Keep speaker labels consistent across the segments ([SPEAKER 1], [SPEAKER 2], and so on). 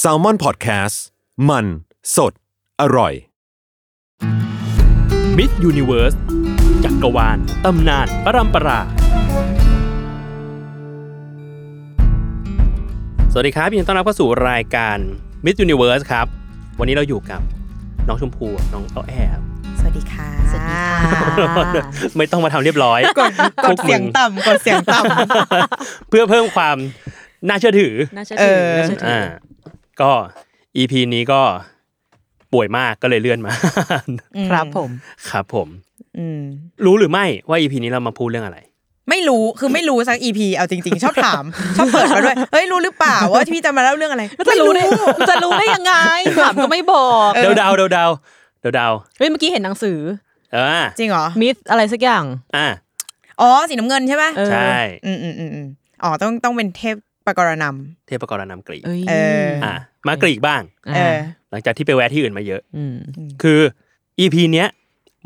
[SPEAKER 1] แซลมอนพอดแคสต์มันสดอร่อย
[SPEAKER 2] มิสยูนิเวิร์สจักรวาล ตำนาน ปรัมปรา สวัสดีครับยินดีต้อนรับเข้าสู่รายการมิสยูนิเวิร์สครับ วันนี้เราอยู่กับน้องชมพูน้องอ้อแอบ
[SPEAKER 3] สวัสดีค่ะ สวัสดีค่ะ
[SPEAKER 2] ไม่ต้องมาทำเรียบร้อย
[SPEAKER 3] กด
[SPEAKER 2] พ
[SPEAKER 3] ก
[SPEAKER 2] ว
[SPEAKER 3] ด
[SPEAKER 2] มึ
[SPEAKER 3] เสียงต่ำกดเสียงต่
[SPEAKER 2] เพื่อเพิ่มความน่าเชื่อถือ
[SPEAKER 4] น่าเชื่อ
[SPEAKER 3] ำเอ
[SPEAKER 4] ถือ
[SPEAKER 3] อ
[SPEAKER 4] น่าเชื่อถือ
[SPEAKER 2] อ่าก็อีพีนี้ก็ป่วยมากก็เลยเลื่อนมา
[SPEAKER 3] ครับผม
[SPEAKER 2] ครับผม
[SPEAKER 3] อืม
[SPEAKER 2] รู้หรือไม่ว่าอีพีนี้เรามาพูดเรื่องอะไร
[SPEAKER 3] ไม่รู้คือไม่รู้สักอีพีเอาจริง ๆ ชอบถาม ชอบเปิดมาด้วย เฮ้ยรู้หรือเปล่าว่าพี่จะมาเล่าเรื่องอะไร
[SPEAKER 4] แล้วจะรู้ได้จะรู้ได้ยังไงถามก็ไม่บอก
[SPEAKER 2] เดาเดาเดาเดาเดาเดา
[SPEAKER 4] เฮ้ยเมื่อกี้เห็นหนังสือ
[SPEAKER 2] เออ
[SPEAKER 3] จริงเหรอ
[SPEAKER 4] มิสอะไรสักอย่าง
[SPEAKER 2] อ่ะ
[SPEAKER 3] อ๋อสีน้ำเงินใช่ไหม
[SPEAKER 4] เออ
[SPEAKER 2] ใช่
[SPEAKER 3] อืมอืมอืมอืมอ๋อต้องต้องเป็นเทพปกรณำ
[SPEAKER 2] เทพกรนำกรีก
[SPEAKER 4] เอ้ย
[SPEAKER 3] เอออ่
[SPEAKER 2] อ่ะมากรีกบ้าง
[SPEAKER 3] เออ
[SPEAKER 2] หลังจากที่ไปแวะที่อื่นมาเยอะ
[SPEAKER 4] อืม
[SPEAKER 2] คืออีพีเนี้ย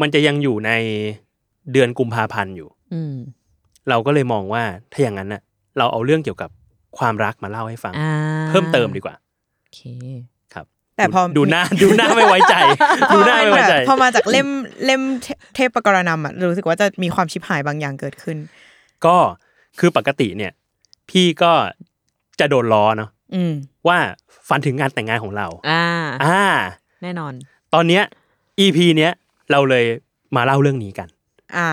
[SPEAKER 2] มันจะยังอยู่ในเดือนกุมภาพันธ์อยู่
[SPEAKER 4] อืม
[SPEAKER 2] เราก็เลยมองว่าถ้าอย่างนั้นน่ะเราเอาเรื่องเกี่ยวกับความรักมาเล่าให้ฟัง
[SPEAKER 4] อ่า
[SPEAKER 2] เพิ่มเติมดีกว่า
[SPEAKER 4] โอเค
[SPEAKER 2] ครับ
[SPEAKER 3] แต่พอ
[SPEAKER 2] ดู หน้าดูหน้าไม่ไว้ใจ
[SPEAKER 3] พ
[SPEAKER 2] ดู
[SPEAKER 3] อ
[SPEAKER 2] หน้า
[SPEAKER 3] มัน
[SPEAKER 2] ไม่ไว้
[SPEAKER 3] แบบ
[SPEAKER 2] ใจ
[SPEAKER 3] พอมาจากเล่มเล่มเทเทพปกรณำอ่ะรู้สึกว่าจะมีความชิบหายบางอย่างเกิดขึ้น
[SPEAKER 2] ก็คือปกติเนี่ย พี่ก็จะโดนล้อเนาะ
[SPEAKER 3] อืม
[SPEAKER 2] ว่าฝันถึงงานแต่งงานของเรา
[SPEAKER 4] อ่า
[SPEAKER 2] อ่า
[SPEAKER 4] แน่นอน
[SPEAKER 2] ตอนเนี้ย EP เนี้ยเราเลยมาเล่าเรื่องนี้กัน
[SPEAKER 3] อ่า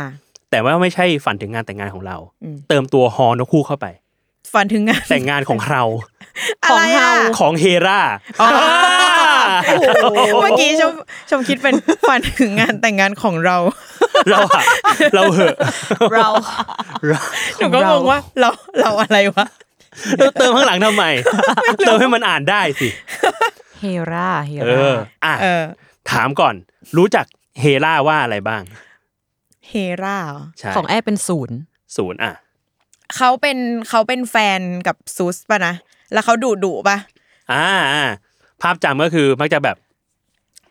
[SPEAKER 2] แต่ว่าไม่ใช่ฝันถึงงานแต่งงานของเรา
[SPEAKER 3] อืม
[SPEAKER 2] เติมตัวฮอนกคู่เข้าไป
[SPEAKER 3] ฝันถึงงาน
[SPEAKER 2] แต่งงานของเรา
[SPEAKER 3] อะไร
[SPEAKER 4] ของเฮา
[SPEAKER 3] อ่ะ
[SPEAKER 2] ของเฮรา
[SPEAKER 3] อ๋อ เมื่อกี้ชมชมคิดเป็นฝันถึงงานแต่งงานของเรา
[SPEAKER 2] เราอะเราเหอะ
[SPEAKER 4] เรา
[SPEAKER 2] เรา
[SPEAKER 3] หนูก็งงว่าเราเราอะไรวะ
[SPEAKER 2] เราเติมข้างหลังทำไม เติมให้มันอ่านได้สิ
[SPEAKER 4] เฮราเฮ
[SPEAKER 2] เอ
[SPEAKER 4] รา
[SPEAKER 2] ออ่ะ
[SPEAKER 3] เออ
[SPEAKER 2] ถามก่อน รู้จักเฮราว่าอะไรบ้าง
[SPEAKER 3] เฮราเหรอ
[SPEAKER 2] ใช่
[SPEAKER 4] ของแอร์เป็นศูนย์
[SPEAKER 2] ศูนย์อ่ะ
[SPEAKER 3] เขาเป็นเขาเป็นแฟนกับซูสป่ะนะ แล้วเขาดุดุป่ะ
[SPEAKER 2] อ่าอ่าภาพจำก็คือมักจะแบบ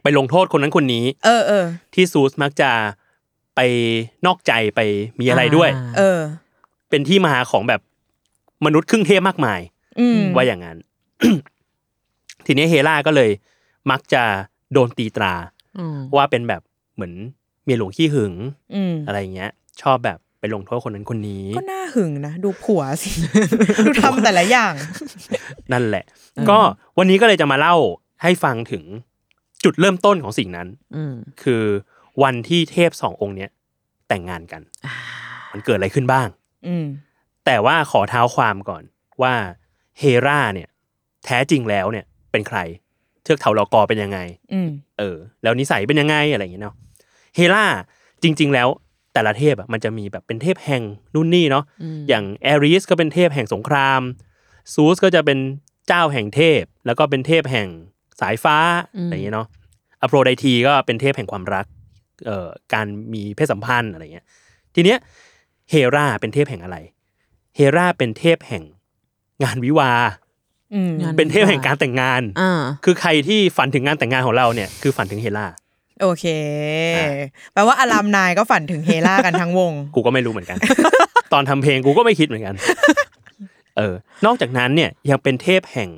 [SPEAKER 2] ไปลงโทษคนนั้นคนนี้
[SPEAKER 3] เออเออ
[SPEAKER 2] ที่ซูสมักจะไปนอกใจไปมีอะไรด้วย
[SPEAKER 4] า
[SPEAKER 3] เออ
[SPEAKER 2] เป็นที่มาของแบบมนุษย์ครึ่งเทพมากมาย
[SPEAKER 3] อืม
[SPEAKER 2] ว่าอย่างนั้น ทีนี้เฮล่าก็เลย มักจะโดนตีตรา
[SPEAKER 4] ม
[SPEAKER 2] ว่าเป็นแบบเหมือนเมียหลวงขี้หึง
[SPEAKER 3] อืม
[SPEAKER 2] อะไรเงี้ย ชอบแบบไปลงโทษคนนั้นคนนี้
[SPEAKER 3] ก็น่าหึงนะ ดูผัวสิ ดูทำแต่ละอย่าง
[SPEAKER 2] นั่นแหละ ก็วันนี้ก็เลยจะมาเล่าให้ฟังถึงจุดเริ่มต้นของสิ่งนั้น
[SPEAKER 4] อืม
[SPEAKER 2] คือวันที่เทพสององค์เนี้ยแต่งงานกัน มันเกิดอะไรขึ้นบ้าง
[SPEAKER 3] อืม
[SPEAKER 2] แต่ว่าขอเท้าความก่อนว่าเฮราเนี่ย แท้จริงแล้วเนี่ยเป็นใคร เทือกเถาลอกอเป็นยังไง
[SPEAKER 3] อืม
[SPEAKER 2] เออ แล้วนิสัยเป็นยังไงอะไรอย่างเงี้ยเนาะเฮราจริง ๆ แล้วแต่ละเทพอะมันจะมีแบบเป็นเทพแห่งนู่นนี่เนาะอย่างแอริสก็เป็นเทพแห่งสงครามซูสก็จะเป็นเจ้าแห่งเทพ แล้วก็เป็นเทพแห่งสายฟ้าอะไรอย่างเงี้ยเนาะอโปรไดทีก็เป็นเทพแห่งความรักเอ่อการมีเพศสัมพันธ์อะไรอย่างเงี้ยทีเนี้ยเฮราเป็นเทพแห่งอะไร เฮราเป็นเทพแห่งงานวิวาห์
[SPEAKER 3] อืม
[SPEAKER 2] เป็นเทพแห่งการแต่งงาน
[SPEAKER 4] อ่า
[SPEAKER 2] คือใครที่ฝันถึงงานแต่งงานของเราเนี่ยคือฝันถึงเฮรา
[SPEAKER 3] โอเค
[SPEAKER 2] อ่ะ
[SPEAKER 3] แปลว่าอารามนายก็ฝันถึงเฮรากันทั้งวง
[SPEAKER 2] กูก็ไม่รู้เหมื อนกัน ตอนทำเพลงกูก็ไม่คิดเหมือนกัน เออ นอกจากนั้นเนี่ยยังเป็นเทพแห่ง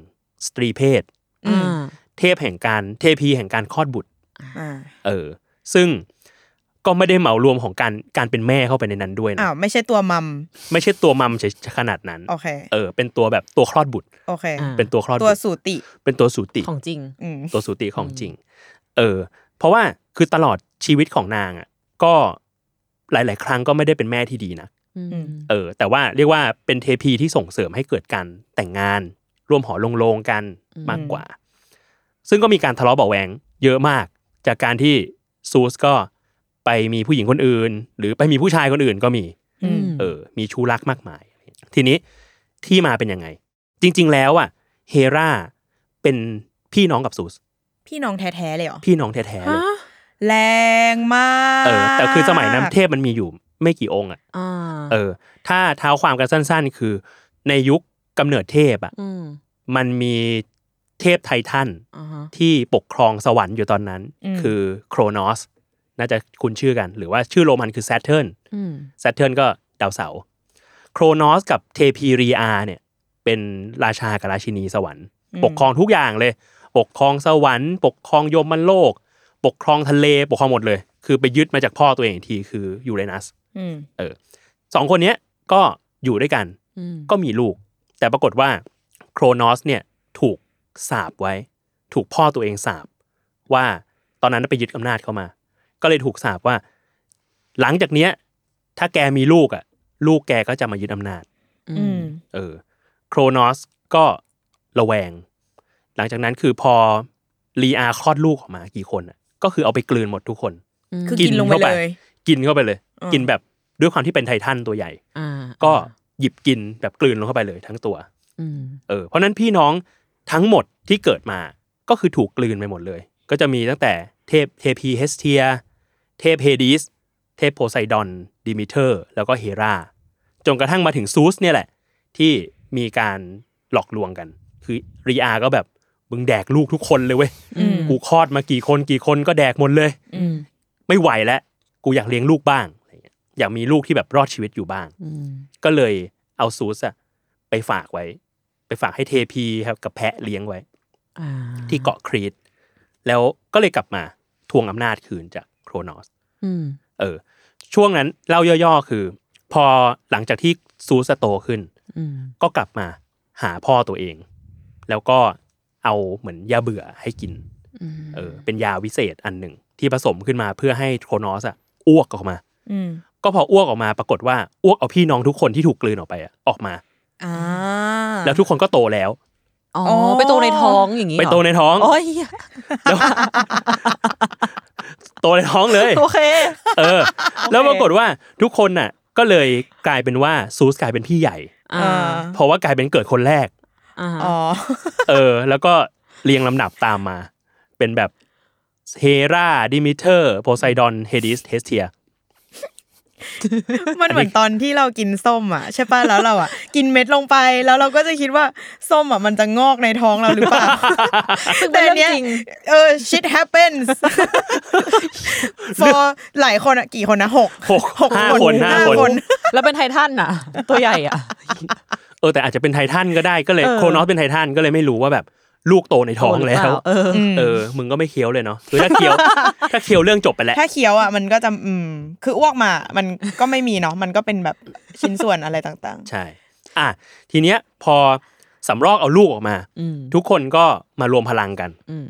[SPEAKER 2] สตรีเพศ
[SPEAKER 3] อืม
[SPEAKER 4] อ่า
[SPEAKER 2] เทพแห่งการเทพีแห่งการคลอดบุตร
[SPEAKER 3] อ่า
[SPEAKER 2] เออ ซึ่ง ก็ไม่ได้เหมารวมของการการเป็นแม่เข้าไปในนั้นด้วยนะ
[SPEAKER 3] อ้าวไม่ใช่ตัวมัม
[SPEAKER 2] ไม่ใช่ตัวมัมเฉยๆขนาดนั้น
[SPEAKER 3] โอเค
[SPEAKER 2] เออ เป็นตัวแบบตัวคลอดบุตร
[SPEAKER 3] โอเค
[SPEAKER 4] อ่า
[SPEAKER 2] เป็นตัวคลอด
[SPEAKER 3] ตัว
[SPEAKER 2] บุตร
[SPEAKER 3] สูติ
[SPEAKER 2] เป็นตัวสูติ
[SPEAKER 4] ของจริง
[SPEAKER 3] อืม
[SPEAKER 2] ตัวสูติของจริง เออ เพราะว่าคือตลอดชีวิตของนางอ่ะ ก็หลาย ๆ ครั้งก็ไม่ได้เป็นแม่ที่ดีนะ
[SPEAKER 4] อืม
[SPEAKER 2] เออ แต่ว่าเรียกว่าเป็นเทพีที่ส่งเสริมให้เกิดการแต่งงาน ร่วมหอลงโลงกัน
[SPEAKER 4] อืม
[SPEAKER 2] มากกว่า ซึ่งก็มีการทะเลาะเบาะแหวงเยอะมาก จากการที่ซูสก็ไปมีผู้หญิงคนอื่น หรือไปมีผู้ชายคนอื่นก็มี
[SPEAKER 3] อืม
[SPEAKER 2] เออ มีชู้รักมากมาย ทีนี้ที่มาเป็นยังไง จริง ๆ แล้วอ่ะ เฮราเป็นพี่น้องกับซูส
[SPEAKER 3] พี่น้องแท้ๆเลยเหรอ
[SPEAKER 2] พี่น้องแท้ๆเลย
[SPEAKER 3] แรงมาก
[SPEAKER 2] เออ แต่คือสมัยนั้นเทพมันมีอยู่ไม่กี่องค์อ่ะ
[SPEAKER 4] อ่า
[SPEAKER 2] เออ ถ้าเท้าความกันสั้น ๆ คือ ในยุคกำเนิดเทพอ่ะ
[SPEAKER 4] อืม
[SPEAKER 2] มันมีเทพไททัน
[SPEAKER 4] อ่าฮะ
[SPEAKER 2] ที่ปกครองสวรรค์อยู่ตอนนั้น คือโครนอส น่าจะคุ้นชื่อกัน หรือว่าชื่อโรมันคือ Saturn
[SPEAKER 4] อืม
[SPEAKER 2] Saturn ก็ดาวเสาร์โครนอสกับเทพีรีอาเนี่ย เป็นราชากับราชินีสวรรค์ ปกครองทุกอย่างเลย ปกครองสวรรค์ ปกครองยมโลก ปกครองทะเล ปกครองหมดเลย คือไปยึดมาจากพ่อตัวเองอีกทีคือยูเรนัส
[SPEAKER 3] อืม
[SPEAKER 2] สองคนเนี้ยก็อยู่ด้วยกัน
[SPEAKER 4] อืม
[SPEAKER 2] ก็มีลูก แต่ปรากฏว่าโครนอสเนี่ยถูกสาบไว้ ถูกพ่อตัวเองสาบว่าตอนนั้นไปยึดอำนาจเข้ามา ก็เลยถูกสาบว่า หลังจากเนี้ย ถ้าแกมีลูกอ่ะ ลูกแกก็จะมายึดอำนาจ
[SPEAKER 4] อื
[SPEAKER 3] อื
[SPEAKER 4] ม
[SPEAKER 3] ม
[SPEAKER 2] เออโครนอสก็ระแวง หลังจากนั้นคือพอลีอาคลอดลูกออกมากี่คนอะก็คือเอาไปกลืนหมดทุกคน
[SPEAKER 3] คือกินลง
[SPEAKER 2] กิ
[SPEAKER 3] ไป
[SPEAKER 2] นเข้าไป
[SPEAKER 3] เลย
[SPEAKER 2] กินเข้าไปเลย
[SPEAKER 3] อืม
[SPEAKER 2] กินแบบด้วยความที่เป็นไททันตัวใหญ่
[SPEAKER 4] อ่า
[SPEAKER 2] ก็หยิบกินแบบกลืนลงเข้าไปเลยทั้งตัว
[SPEAKER 4] อืม
[SPEAKER 2] เออเพราะฉะนั้นพี่น้องทั้งหมดที่เกิดมาก็คือถูกกลืนไปหมดเลย ก็จะมีตั้งแต่เทพเทพีเฮสเทีย เทพเฮดิส เทพโพไซดอน ดิมิเทอร์ แล้วก็เฮราจนกระทั่งมาถึงซูสเนี่ยแหละ ที่มีการหลอกลวงกัน คือรีอาก็แบบมึงแดกลูกทุกคนเลยเว้ย
[SPEAKER 3] อืม
[SPEAKER 2] กูคลอดมากี่คนกี่คนก็แดกหมดเลย
[SPEAKER 3] อืม
[SPEAKER 2] ไม่ไหวแล้วกูอยากเลี้ยงลูกบ้างอะไรเงี้ยอยากมีลูกที่แบบรอดชีวิตอยู่บ้าง
[SPEAKER 4] อืม
[SPEAKER 2] ก็เลยเอาซูสอะไปฝากไว้ ไปฝากให้เทพีครับกับแพะเลี้ยงไว้
[SPEAKER 4] อ่า
[SPEAKER 2] ที่เกาะครีต แล้วก็เลยกลับมาทวงอำนาจคืนจากโครนอส
[SPEAKER 4] อืม
[SPEAKER 2] เออ ช่วงนั้นเล่าย่อๆคือ พอหลังจากที่ซูสโตขึ้น
[SPEAKER 4] อืม
[SPEAKER 2] ก็กลับมาหาพ่อตัวเอง แล้วก็เอาเหมือนยาเบื่อให้กิน
[SPEAKER 4] อืม
[SPEAKER 2] เออ เป็นยาวิเศษอันหนึ่งที่ผสมขึ้นมาเพื่อให้โครนอสอะอ้วกออกมา
[SPEAKER 3] อืม
[SPEAKER 2] ก็พออ้วกออกมาปรากฏว่าอ้วกเอาพี่น้องทุกคนที่ถูกกลืนออกไปอะออกมา
[SPEAKER 3] อ่า
[SPEAKER 2] แล้วทุกคนก็โตแล้ว
[SPEAKER 4] อ๋อ
[SPEAKER 3] อ
[SPEAKER 4] ไปโตในท้องอย่างนี้
[SPEAKER 2] ไปโตในท้อง
[SPEAKER 4] โอ้ย
[SPEAKER 2] แล้ว โตในท้องเลย
[SPEAKER 4] โอเค
[SPEAKER 2] เออ แล้วปรากฏว่าทุกคนน่ะ ก็เลยกลายเป็นว่าซูสกลายเป็นพี่ใหญ่
[SPEAKER 4] อ่า
[SPEAKER 2] เพราะว่ากลายเป็นเกิดคนแรก
[SPEAKER 4] อ่า
[SPEAKER 3] อ๋อ
[SPEAKER 2] เออ แล้วก็เรียงลำดับตามมา เป็นแบบเฮราดิมิเทอร์โพไซดอนเฮดิสเฮสเทีย
[SPEAKER 3] มันเหมือนตอนที่เรากินส้มอ่ะใช่ป่ะแล้วเราอ่ะ กินเม็ดลงไปแล้วเราก็จะคิดว่าส้มอ่ะมันจะงอกในท้องเราหรือเป ล่า
[SPEAKER 4] ซึ่ง
[SPEAKER 3] แต่
[SPEAKER 4] เป็น
[SPEAKER 3] เนี้
[SPEAKER 4] เรื่อย งจริง
[SPEAKER 3] เออ shit happens for หลายคนอ่ะกี่คนนะหก
[SPEAKER 2] หกห้าคนห้าคน
[SPEAKER 4] แล้วเป็นไททันน่ะ ตัวใหญ่อ่ะ
[SPEAKER 2] เออแต่อาจจะเป็นไททันก็ได้ก็เลย
[SPEAKER 4] เออ
[SPEAKER 2] โครนอสเป็นไททันก็เลยไม่รู้ว่าแบบลูกโตในท้องแล้ว
[SPEAKER 4] เออ
[SPEAKER 2] เออ มึงก็ไม่เคี้ยวเลยเนาะคือถ้าเคี้ยว ถ้าเคี้ยวเรื่องจบไปแล้ว
[SPEAKER 3] ถ้าเคี้ยวอ่ะมันก็จะอืมคืออ้วกมา มันก็ไม่มีเนาะมันก็เป็นแบบชิ้นส่วนอะไรต่าง
[SPEAKER 2] ใช่ อ่ะ ทีเนี้ยพอสำรอกเอาลูกออกมา
[SPEAKER 4] อืม
[SPEAKER 2] ทุกคนก็มารวมพลังกัน
[SPEAKER 4] อืม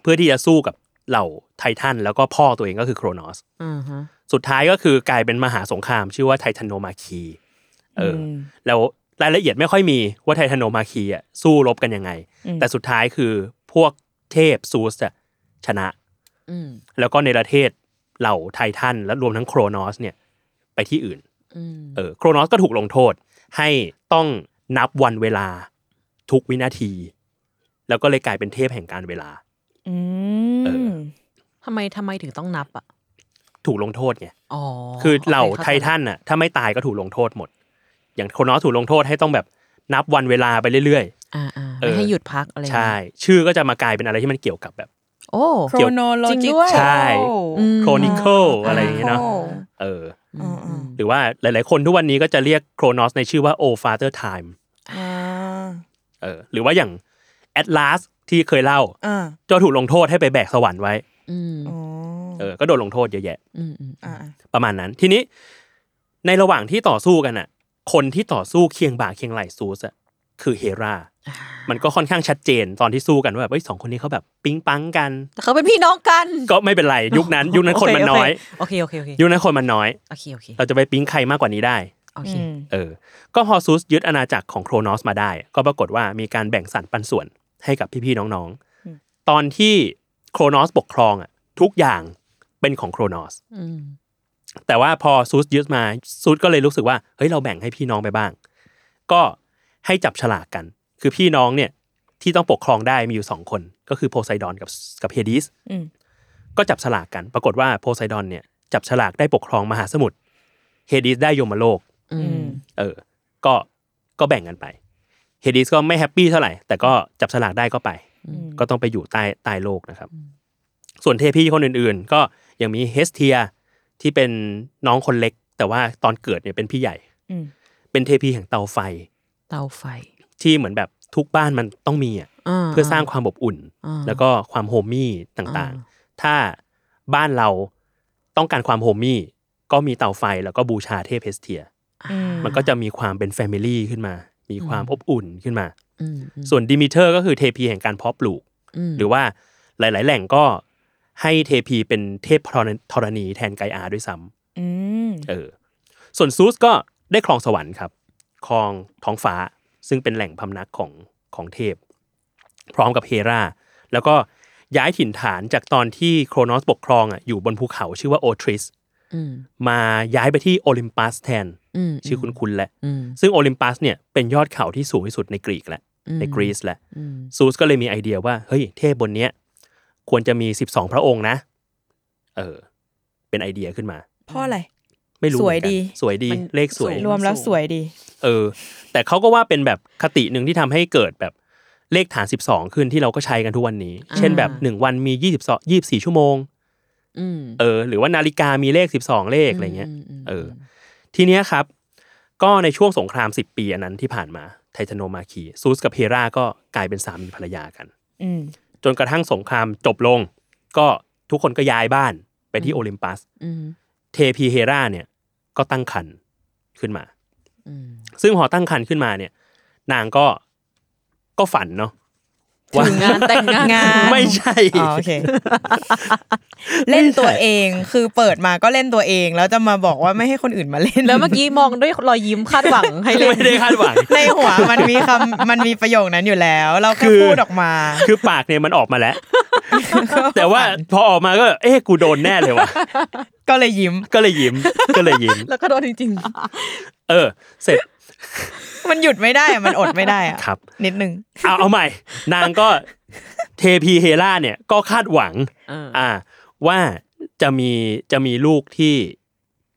[SPEAKER 2] เพื่อที่จะสู้กับเหล่าไททันแล้วก็พ่อตัวเองก็คือโครนอส
[SPEAKER 4] อ่าฮะ
[SPEAKER 2] สุดท้ายก็คือกลายเป็นมหาสงคราม ชื่อว่าไททันโนมาคี เอออแล้วรายละเอียดไม่ค่อยมีว่าไททันโนมาคีอ่ะสู้รบกันยังไง แต่สุดท้ายคือพวกเทพซูสอ่ะชนะ
[SPEAKER 4] อืม
[SPEAKER 2] แล้วก็ในประเทศเหล่าไททันและรวมทั้งโครนอสเนี่ยไปที่อื่น
[SPEAKER 4] อืม
[SPEAKER 2] เออโครนอสก็ถูกลงโทษให้ต้องนับวันเวลาทุกวินาที แล้วก็เลยกลายเป็นเทพแห่งการเวลา
[SPEAKER 3] ๆอื
[SPEAKER 2] เออ
[SPEAKER 3] ม
[SPEAKER 4] ทำไมทำไมถึงต้องนับอ่ะ
[SPEAKER 2] ถูกลงโทษไง
[SPEAKER 4] อ๋อ
[SPEAKER 2] คือเหล่า
[SPEAKER 4] โค
[SPEAKER 2] ไท
[SPEAKER 4] ข้ใจ
[SPEAKER 2] ทันน่ะถ้าไม่ตายก็ถูกลงโทษหมด อย่างโครนอสถูกลงโทษให้ต้องแบบนับวันเวลาไปเรื่อย
[SPEAKER 4] อ่าอ่า
[SPEAKER 2] เออ
[SPEAKER 4] ไม่ให้หยุดพักอะไร
[SPEAKER 2] ๆ ใช่ ชื่อก็จะมากลายเป็นอะไรที่มันเกี่ยวกับแบบ
[SPEAKER 4] โอ้
[SPEAKER 3] โครโนโล
[SPEAKER 4] จริงๆ
[SPEAKER 3] จิคอล
[SPEAKER 2] ใช่
[SPEAKER 4] อืม
[SPEAKER 2] โครนิเคิลอะไรอย่างเงี้ยเนาะเออ
[SPEAKER 3] อืมอืม
[SPEAKER 2] หรือว่าหลายๆคนทุกวันนี้ก็จะเรียกโครนอสในชื่อว่าโอฟาเตอร์ไทม์
[SPEAKER 3] อ่า
[SPEAKER 2] เออหรือว่าอย่างแอตลาสที่เคยเล่า
[SPEAKER 3] อ่า
[SPEAKER 2] จะถูกลงโทษให้ไปแบกสวรรค์ไว้
[SPEAKER 4] อืม
[SPEAKER 3] อ๋อ
[SPEAKER 2] เออก็โดนลงโทษเยอะแยะ
[SPEAKER 4] อืมอืม
[SPEAKER 3] อ่า
[SPEAKER 2] ประมาณนั้นทีนี้ในระหว่างที่ต่อสู้กันอ่ะ คนที่ต่อสู้เคียงบ่าเคียงไหล่ซูสอ่ะคือเฮรา มันก็ค่อนข้างชัดเจนตอนที่สู้กันว่าแบบเอ้ยสองคนนี้เขาแบบปิ๊งปังกัน
[SPEAKER 4] แต่เขาเป็นพี่น้องกัน
[SPEAKER 2] ก็ไม่ เป็นไรยุคนั้น ยุคนั้นคนมันน้อย
[SPEAKER 4] โอเคโอเคโอเค
[SPEAKER 2] ยุคนั้นคนมันน้อย
[SPEAKER 4] โอเคโอเค
[SPEAKER 2] เราจะไปปิ๊งใครมากกว่านี้ได้
[SPEAKER 4] โอ
[SPEAKER 3] อื
[SPEAKER 4] เค
[SPEAKER 3] ม
[SPEAKER 2] เออ ก็พอซูสยึดอาณาจักรของโครนอสมาได้ ก็ปรากฏว่ามีการแบ่งสรรปันส่วนให้กับพี่ๆน้องๆ ตอนที่โครนอสปกครองอ่ะทุกอย่างเป็นของโครนอส
[SPEAKER 4] อืม
[SPEAKER 2] แต่ว่าพอซูสยึดมาซูสก็เลยรู้สึกว่าเฮ้ยเราแบ่งให้พี่น้องไปบ้าง ก็ให้จับฉลากกัน คือพี่น้องเนี่ยที่ต้องปกครองได้มีอยู่สองคน ก็คือโพไซดอนกับกับเฮดิส
[SPEAKER 3] อืม
[SPEAKER 2] ก็จับฉลากกัน ปรากฏว่าโพไซดอนเนี่ยจับฉลากได้ปกครองมหาสมุทรเฮดิสได้ยมโลก
[SPEAKER 4] อื
[SPEAKER 3] อื
[SPEAKER 4] ม
[SPEAKER 3] ม
[SPEAKER 2] เออ ก็ก็แบ่งกันไปเฮดิสก็ไม่แฮปปี้เท่าไหร่ แต่ก็จับฉลากได้ก็ไป ก็ต้องไปอยู่ใต้ใต้โลกนะครับ ส่วนเทพีคนอื่นๆ ก็ยังมีเฮสเทียที่เป็นน้องคนเล็ก แต่ว่าตอนเกิดเนี่ยเป็นพี่ใหญ่
[SPEAKER 3] อืม
[SPEAKER 2] เป็นเทพีแห่งเตาไฟ
[SPEAKER 4] เตาไฟ
[SPEAKER 2] ที่เหมือนแบบทุกบ้านมันต้องมีอ่ะ
[SPEAKER 4] า
[SPEAKER 2] เพื่อสร้างความอบอุ่น
[SPEAKER 4] อ่า
[SPEAKER 2] แล้วก็ความโฮมมี่ต่าง
[SPEAKER 4] อ่
[SPEAKER 2] ๆ ถ้าบ้านเราต้องการความโฮมมี่ก็มีเตาไฟแล้วก็บูชาเทพเฮสเทีย
[SPEAKER 4] อ่า
[SPEAKER 2] มันก็จะมีความเป็นแฟมิลี่ขึ้นมา มีความอบอุ่นขึ้นมา
[SPEAKER 4] อืมอืม
[SPEAKER 2] ส่วนดิมิเทอร์ก็คือเทพีแห่งการเพาะปลูก
[SPEAKER 4] ม
[SPEAKER 2] หรือว่าหลาย ๆ แหล่งก็ให้เทพีเป็นเทพธรณีแทนไกอาด้วยซ้
[SPEAKER 3] อืม
[SPEAKER 2] ำเออ ส่วนซูสก็ได้ครองสวรรค์ครับ ครองท้องฟ้าซึ่งเป็นแหล่งพำนักของของเทพ พร้อมกับเฮราแล้วก็ย้ายถิ่นฐานจากตอนที่โครนอสปกครองอ่ะอยู่บนภูเขาชื่อว่าโอทริส
[SPEAKER 4] อืม
[SPEAKER 2] มาย้ายไปที่โอลิมปัสแทน
[SPEAKER 4] อืม
[SPEAKER 2] ชื่อคุณคุณแหละ
[SPEAKER 4] อืม
[SPEAKER 2] ซึ่งโอลิมปัสเนี่ยเป็นยอดเขาที่สูงที่สุดในกรีกและ
[SPEAKER 4] อืม
[SPEAKER 2] ในกรีซแหละ
[SPEAKER 4] อืม
[SPEAKER 2] ซูสก็เลยมีไอเดียว่า เฮ้ยเทพบนเนี้ย ควรจะมี 12 พระองค์นะ เออ เป็นไอเดียขึ้นมา
[SPEAKER 3] เพ่ออะไร
[SPEAKER 2] ไม่รู้
[SPEAKER 3] สวย
[SPEAKER 2] เหมือนกัน
[SPEAKER 3] ดี
[SPEAKER 2] สวยดีเลขสวย
[SPEAKER 3] รวมแล้วสวยดี
[SPEAKER 2] เออ แต่เขาก็ว่าเป็นแบบคติหนึ่งที่ทำให้เกิดแบบเลขฐาน 12 ขึ้นที่เราก็ใช้กันทุกวันนี้ เช่นแบบ 1 วันมี 22 24 ชั่วโมง
[SPEAKER 4] อืม
[SPEAKER 2] เออ หรือว่านาฬิกามีเลข 12 เลขอะไรเงี้ย
[SPEAKER 4] มม
[SPEAKER 2] เออ ทีเนี้ยครับ ก็ในช่วงสงคราม 10 ปีอันนั้นที่ผ่านมาไททโนมาคีซูสกับเฮราก็กลายเป็นสามีภรรยากัน
[SPEAKER 3] อืม
[SPEAKER 2] จนกระทั่งสงครามจบลง ก็ทุกคนก็ย้ายบ้านไปที่โอลิมปัส
[SPEAKER 4] อืม
[SPEAKER 2] เทพีเฮราเนี่ยก็ตั้งครรภ์ขึ้นมา
[SPEAKER 4] อืม
[SPEAKER 2] ซึ่งพอตั้งครรภ์ขึ้นมาเนี่ย นางก็ก็ฝันเนาะว่า
[SPEAKER 4] ถึงงานแต่งงาน
[SPEAKER 3] งาน
[SPEAKER 2] ไม่ใช่
[SPEAKER 3] อ๋อโอเค เล่นตัวเองคือเปิดมาก็เล่นตัวเอง แล้วจะมาบอกว่าไม่ให้คนอื่นมาเล่น
[SPEAKER 4] แล้วเมื่อกี้มองด้วยรอยยิ้มคาดหวังให้เล่
[SPEAKER 2] ไม่
[SPEAKER 4] น
[SPEAKER 2] ได้คาดหวัง
[SPEAKER 3] ในหัวมันมีคำมันมีประโยคนั้นอยู่แล้ว เรา
[SPEAKER 2] คื
[SPEAKER 3] แค่
[SPEAKER 2] อ
[SPEAKER 3] พูดออกมา
[SPEAKER 2] คือปากเนี่ยมันออกมาแล้ว แต่ว่าพอออกมาก็ เอ๊ะกูโดนแน่เลยว่ะ
[SPEAKER 3] ก็เลยยิ้ม
[SPEAKER 2] ก็เลยยิ้มก็เลยยิ้ม
[SPEAKER 4] แล้วก็โดนจริง
[SPEAKER 2] เออ เสร็จ
[SPEAKER 3] มันหยุดไม่ได้อะมันอดไม่ได้อะ
[SPEAKER 2] ครับ
[SPEAKER 3] นิดนึง
[SPEAKER 2] เอาเอาใหม่ นางก็เทพีเฮราเนี่ยก็คาดหวัง
[SPEAKER 4] ๆเออ
[SPEAKER 2] อ่าว่าจะมีจะมีลูกที่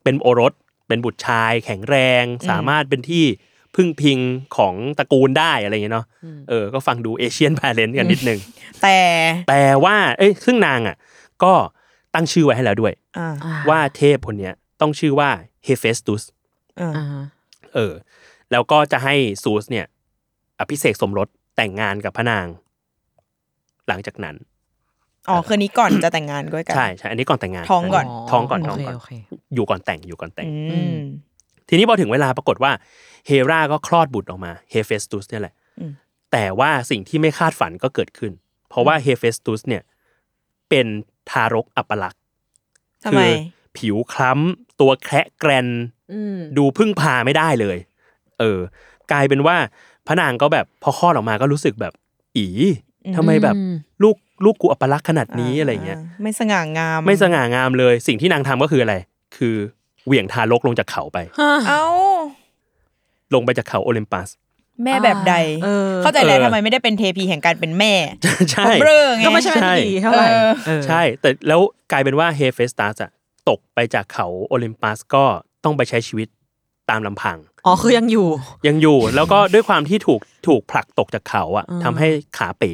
[SPEAKER 2] เป็นโอรส เป็นบุตรชาย แข็งแรง สามารถเป็นที่พึ่งพิงของตระกูลได้อะไรอย่างเงี้ยเนาะเออก็ฟังดูเอเชียนพาเลนกันนิดนึง
[SPEAKER 3] แต่
[SPEAKER 2] แต่ว่าเอ้ยซึ่งนางอ่ะก็ตั้งชื่อไว้ให้แล้วด้วย
[SPEAKER 3] อ่า
[SPEAKER 2] ว่าเทพคนเนี้ยต้องชื่อว่าเฮเฟสตุส
[SPEAKER 3] อ่า
[SPEAKER 4] อ่า
[SPEAKER 2] เออแล้วก็จะให้ซูสเนี่ยอภิเษกสมรสแต่งงานกับพระนาง หลังจากนั้น
[SPEAKER 3] อ๋อคืนนี้ก่อนจะแต่งงานด้วยกัน
[SPEAKER 2] ใช่ใช่อันนี้ก่อนแต่งงาน
[SPEAKER 3] ท้องก่อน
[SPEAKER 2] ท้องก่อนท้อง
[SPEAKER 4] โเค
[SPEAKER 2] ก่อน
[SPEAKER 4] โเค
[SPEAKER 2] อยู่ก่อนแต่งอยู่ก่อนแต่ง
[SPEAKER 3] อืม
[SPEAKER 2] ทีนี้พอถึงเวลาปรากฏว่าเฮราก็คลอดบุตรออกมาเฮเฟสตุสเนี่ยแหละ
[SPEAKER 3] อืม
[SPEAKER 2] แต่ว่าสิ่งที่ไม่คาดฝันก็เกิดขึ้น เพราะว่าเฮเฟสตุสเนี่ยเป็นทารกอัปลักษณ์
[SPEAKER 3] ทำไม
[SPEAKER 2] คือผิวคล้ำตัวแคระแกรน
[SPEAKER 4] อืม
[SPEAKER 2] ดูพึ่งพาไม่ได้เลย เออ กลายเป็นว่าพระนางก็แบบพอคลอดออกมาก็รู้สึกแบบ อีทำไมแบบลูกลูกกูอัปลักษณ์ขนาดนี้อะไรเงี้ย
[SPEAKER 3] ไม่สง่างาม
[SPEAKER 2] ไม่สง่างามเลยสิ่งที่นางทำก็คืออะไร คือเหวี่ยงทารกลงจากเขาไป
[SPEAKER 4] ฮ่า
[SPEAKER 3] เอ้า
[SPEAKER 2] ลงไปจากเขาโอลิมปัส
[SPEAKER 3] แม่แบบใด
[SPEAKER 4] เออ
[SPEAKER 3] เข้าใจแล้ว
[SPEAKER 2] เออ
[SPEAKER 3] ทำไมไม่ได้เป็นเทพีแห่งการเป็นแม่
[SPEAKER 2] ใช่
[SPEAKER 3] ผมเริ่งไง
[SPEAKER 4] ก็ไม่ใช่
[SPEAKER 2] ใช่
[SPEAKER 4] ดีเท่าไหร่
[SPEAKER 3] เออ
[SPEAKER 4] เออ
[SPEAKER 2] ใช่ แต่แล้วกลายเป็นว่าเฮเฟสตัสอะตกไปจากเขาโอลิมปัสก็ต้องไปใช้ชีวิตตามลำพัง
[SPEAKER 4] อ๋อคือยังอยู่
[SPEAKER 2] ยังอยู่ แล้วก็ด้วยความที่ถูกถูกผลักตกจากเขาอะ
[SPEAKER 4] อ่า
[SPEAKER 2] ทำให้ขาเป๋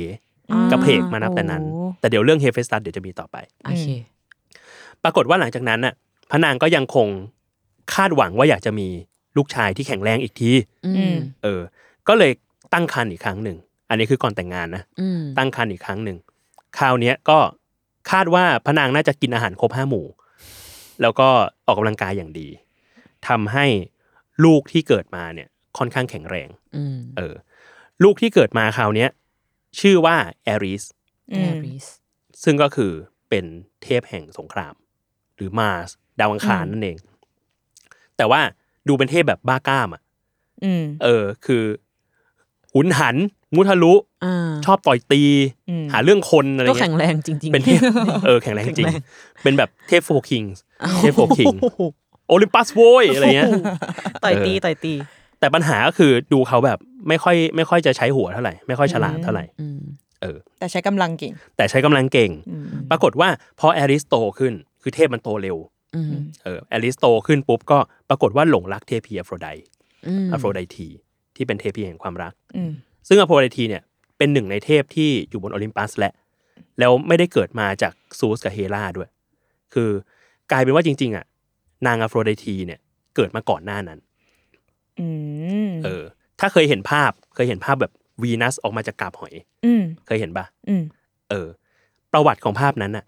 [SPEAKER 2] กระเพกมานับแต่นั้น
[SPEAKER 4] โอ้
[SPEAKER 2] แต่เดี๋ยวเรื่องเฮเฟสตัสเดี๋ยวจะมีต่อไป
[SPEAKER 4] โอเค
[SPEAKER 2] ปรากฏว่าหลังจากนั้นน่ะพระนางก็ยังคงคาดหวังว่าอยากจะมีลูกชายที่แข็งแรงอีกที
[SPEAKER 4] อืม
[SPEAKER 2] เออ ก็เลยตั้งครรภ์อีกครั้งหนึ่ง อันนี้คือก่อนแต่งงานนะ
[SPEAKER 4] อืม
[SPEAKER 2] ตั้งครรภ์อีกครั้งหนึ่ง คราวเนี้ยก็ คาดว่าพระนางน่าจะกินอาหารครบห้าหมู่ แล้วก็ออกกำลังกายอย่างดีทำให้ลูกที่เกิดมาเนี่ยค่อนข้างแข็งแรง
[SPEAKER 4] อืม
[SPEAKER 2] เออ ลูกที่เกิดมาคราวเนี้ยชื่อว่าแอริส
[SPEAKER 4] แอ
[SPEAKER 3] อืม
[SPEAKER 4] ริส
[SPEAKER 2] ซึ่งก็คือเป็นเทพแห่งสงคราม หรือมาสดาวอังคารนั่นเอง แต่ว่าดูเป็นเทพแบบบ้ากล้ามอ่ะ
[SPEAKER 3] อืม
[SPEAKER 2] เออ คือ หุนหัน มุทะลุ
[SPEAKER 4] อ่า
[SPEAKER 2] ชอบต่อยตี
[SPEAKER 3] อืม
[SPEAKER 2] หาเรื่องคนอะไร
[SPEAKER 4] ก็
[SPEAKER 2] เงี้
[SPEAKER 4] แข็
[SPEAKER 2] ย
[SPEAKER 4] งแรงจริงๆ
[SPEAKER 2] เป็นเท พเออแข็งแรงจริง
[SPEAKER 4] แข็งแรง
[SPEAKER 2] เป็นแบบเทพโฟร์คิงส์เทพโฟร์คิงโอลิมปัสโวยอะไร เงี้ย
[SPEAKER 4] ต่อยตี
[SPEAKER 2] เออ
[SPEAKER 4] ต่อยตี
[SPEAKER 2] แต่ปัญหาก็คือดูเขาแบบไม่ค่อยไม่ค่อยจะใช้หัวเท่าไหร่ ไม่ค่อยฉลาดเท่าไหร่
[SPEAKER 4] อืม
[SPEAKER 2] เออ
[SPEAKER 3] แต่ใช้กำลังเก่ง
[SPEAKER 2] แต่ใช้กำลังเก่ง
[SPEAKER 3] อืม
[SPEAKER 2] ปรากฏว่าพอแอริสโตขึ้น คือเทพมันโตเร็ว
[SPEAKER 4] อืม
[SPEAKER 2] เออแอริสโตขึ้นปุ๊บก็ปรากฏว่าหลงรักเทพีอโฟรได
[SPEAKER 4] อืม
[SPEAKER 2] อโฟรไดทีที่เป็นเทพีแห่งความรัก
[SPEAKER 3] อืม
[SPEAKER 2] ซึ่งอโฟรไดทีเนี่ยเป็นหนึ่งในเทพที่อยู่บนโอลิมปัสแหละ แล้วไม่ได้เกิดมาจากซูสกับเฮราด้วย คือกลายเป็นว่าจริง ๆอ่ะนางอโฟรไดทีเนี่ยเกิดมาก่อนหน้านั้น
[SPEAKER 3] อืม
[SPEAKER 2] เออ ถ้าเคยเห็นภาพเคยเห็นภาพแบบวีนัสออกมาจากกาบหอย
[SPEAKER 3] อืม
[SPEAKER 2] เคยเห็นปะ
[SPEAKER 3] อืม
[SPEAKER 2] เออประวัติของภาพนั้นน่ะ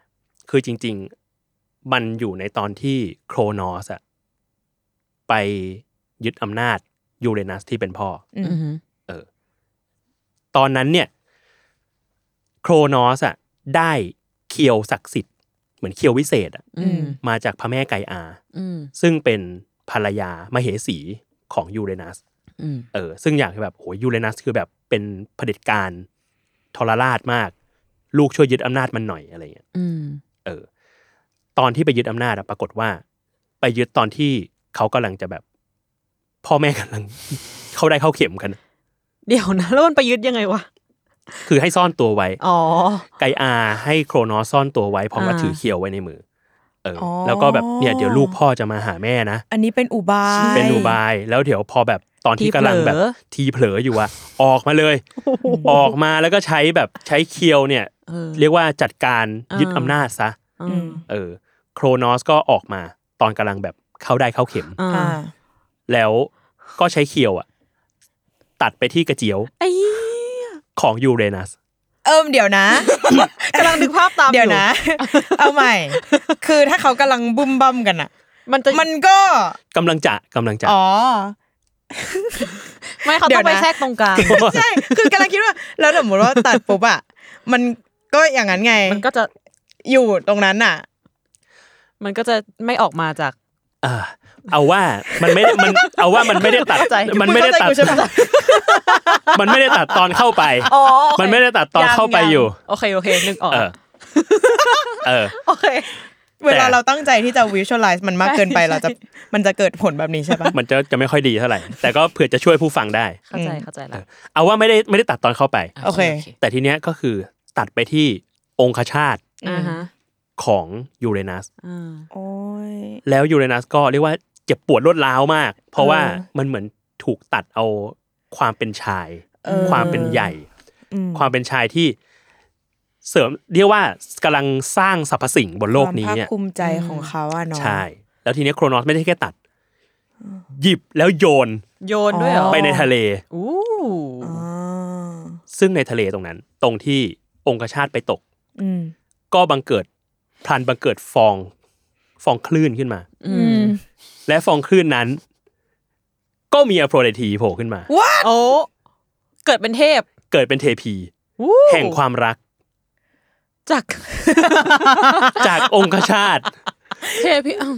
[SPEAKER 2] คือจริง ๆ มันอยู่ในตอนที่โครนอสอะไปยึดอำนาจยูเรนัสที่เป็นพ่อ
[SPEAKER 3] อื
[SPEAKER 4] อื
[SPEAKER 3] ม
[SPEAKER 4] ม
[SPEAKER 2] ตอนนั้นเนี่ย โครนอสอะได้เคียวศักดิ์สิทธิ์เหมือนเคียววิเศษอะ
[SPEAKER 4] อืม
[SPEAKER 2] มาจากพระแม่ไกอา
[SPEAKER 4] อืม
[SPEAKER 2] ซึ่งเป็นภรรยามเหสีของยูเรนัส
[SPEAKER 4] อืม
[SPEAKER 2] เออซึ่งอยากแบบโหยูเรนัสคือแบบเป็นเผด็จการทรราชมาก ลูกช่วยยึดอำนาจมันหน่อยอะไรอย่างเงี้ย
[SPEAKER 4] อืม
[SPEAKER 2] เออตอนที่ไปยึดอำนาจอะปรากฏว่า ไปยึดตอนที่เขากำลังจะแบบ พ่อแม่กำลัง เข้าได้เข้าเข็มกันอะ
[SPEAKER 4] เดี๋ยวนะ แล้วมันไปยึดยังไงวะ
[SPEAKER 2] คือให้ซ่อนตัวไว้
[SPEAKER 4] อ๋อ
[SPEAKER 2] ไกอาให้โครนอสซ่อนตัวไว้พร้อมกับ
[SPEAKER 4] อ่า
[SPEAKER 2] ถือเคียวไว้ในมือ เอออ
[SPEAKER 3] อ
[SPEAKER 2] แล้วก็แบบเนี่ยเดี๋ยวลูกพ่อจะมาหาแม่นะ
[SPEAKER 3] อันนี้เป็นอุบาย
[SPEAKER 2] เป็นอุบายแล้วเดี๋ยวพอแบบตอนที่
[SPEAKER 4] ที
[SPEAKER 2] กำ
[SPEAKER 4] เผลอ
[SPEAKER 2] ลังแบบทีเผลออยู่อะออกมาเลย ออกมาแล้วก็ใช้แบบใช้เคียวเนี่ย
[SPEAKER 4] เออ
[SPEAKER 2] เรียกว่าจัดการยึด
[SPEAKER 4] อ่า
[SPEAKER 2] อำนาจซะ
[SPEAKER 4] อืม
[SPEAKER 2] เออโครนอสก็ออกมาตอนกำลังแบบเข้าได้เข้าเข็ม
[SPEAKER 4] อ่า
[SPEAKER 3] อ่า
[SPEAKER 2] แล้วก็ใช้เคียวอะตัดไปที่กระเจียว
[SPEAKER 4] ไอ้
[SPEAKER 2] ของยูเรนัส
[SPEAKER 3] เอิมเดี๋ยวนะ
[SPEAKER 4] กำลังนึกภาพตามอ
[SPEAKER 3] เดี๋ยวนะ เอาใหม่ คือถ้าเขากำลังบุ้มบั่มกันอ่ะ
[SPEAKER 4] มันจะ
[SPEAKER 3] มันก็
[SPEAKER 2] กำลังจะกำลังจะ
[SPEAKER 3] อ๋อ
[SPEAKER 4] ไม่เขา
[SPEAKER 3] เดี๋ย
[SPEAKER 4] ต้
[SPEAKER 3] ว
[SPEAKER 4] องไป
[SPEAKER 3] นะ
[SPEAKER 4] แทรกตรงกลาง
[SPEAKER 3] ใช่ คือกำลังคิดว่า แล้วสมมติว่าตัดปุ๊บอ่ะ มันก็อย่างนั้นไง
[SPEAKER 4] มันก็จะ
[SPEAKER 3] อยู่ตรงนั้นอ่ะ
[SPEAKER 4] มันก็จะไม่ออกมาจาก
[SPEAKER 2] เออเอาว่ามันไม่ได้มันเอาว่ามันไม่ได้ตัด
[SPEAKER 4] เข้าใจ
[SPEAKER 2] มันไม่ได้ตัด
[SPEAKER 3] คุณเข้าใจกูใช่ปะ
[SPEAKER 2] มันไม่ได้ตัดตอนเข้าไป
[SPEAKER 4] อ๋อ
[SPEAKER 2] มันไม่ได้ตัดตอนเข้าไปอยู่
[SPEAKER 4] โอเคโอเคนึกออก
[SPEAKER 2] เออ เออ
[SPEAKER 4] โอเค
[SPEAKER 3] เวลาเราตั้งใจที่จะ visualize มันมากเกินไป
[SPEAKER 4] ใช่
[SPEAKER 3] เราจะ มันจะเกิดผลแบบนี้ใช่ปะ
[SPEAKER 2] มันจะจะไม่ค่อยดีเท่าไหร่ แต่ก็เผื่อจะช่วยผู้ฟังได้
[SPEAKER 4] เข้าใจเข้าใจแล้ว
[SPEAKER 2] เอาว่าไม่ได้ไม่ได้ตัดตอนเข้าไป
[SPEAKER 3] โอเค
[SPEAKER 2] แต่ทีเนี้ยก็คือตัดไปที่องคชาต
[SPEAKER 4] อ่าฮะ
[SPEAKER 2] ของยูเรนัส
[SPEAKER 4] อ่า
[SPEAKER 3] โอ้ย
[SPEAKER 2] แล้วยูเรนัสก็เรียกว่าเจ็บปวดรวดร้าวมาก เพราะว่า
[SPEAKER 3] เออ
[SPEAKER 2] มันเหมือนถูกตัดเอาความเป็นชาย
[SPEAKER 3] เออ
[SPEAKER 2] ความเป็นใหญ่
[SPEAKER 3] อื
[SPEAKER 2] ความเป็นชายที่เสริมเรียกว่ากำลังสร้างสรรพสิ่งบนโลกนี้
[SPEAKER 3] ความ
[SPEAKER 2] เนี่
[SPEAKER 3] ภายคภูมิใจของเขาอะเนาะ
[SPEAKER 2] ใช่แล้วทีเนี้ยโครนอสไม่ได้แค่ตัด หยิบแล้วโยน
[SPEAKER 4] โยนด้วยเหรอ
[SPEAKER 2] ไปในทะเล
[SPEAKER 4] อู้
[SPEAKER 3] อ๋อ
[SPEAKER 2] ซึ่งในทะเลตรงนั้น ตรงที่องคชาตไปตก
[SPEAKER 3] อืม
[SPEAKER 2] ก็บังเกิดพลันบังเกิดฟองฟองคลื่นขึ้นมา
[SPEAKER 4] อื
[SPEAKER 3] อืม
[SPEAKER 4] ม
[SPEAKER 2] และฟองคลื่นนั้น ก็มีอโฟรไดทีโผล่ขึ้นมา
[SPEAKER 4] โอ้เกิดเป็นเทพ
[SPEAKER 2] เกิดเป็นเทพี
[SPEAKER 4] อู้
[SPEAKER 2] แห่งความรัก
[SPEAKER 4] จาก
[SPEAKER 2] จากองคชาต
[SPEAKER 4] เทพพี่อ้าว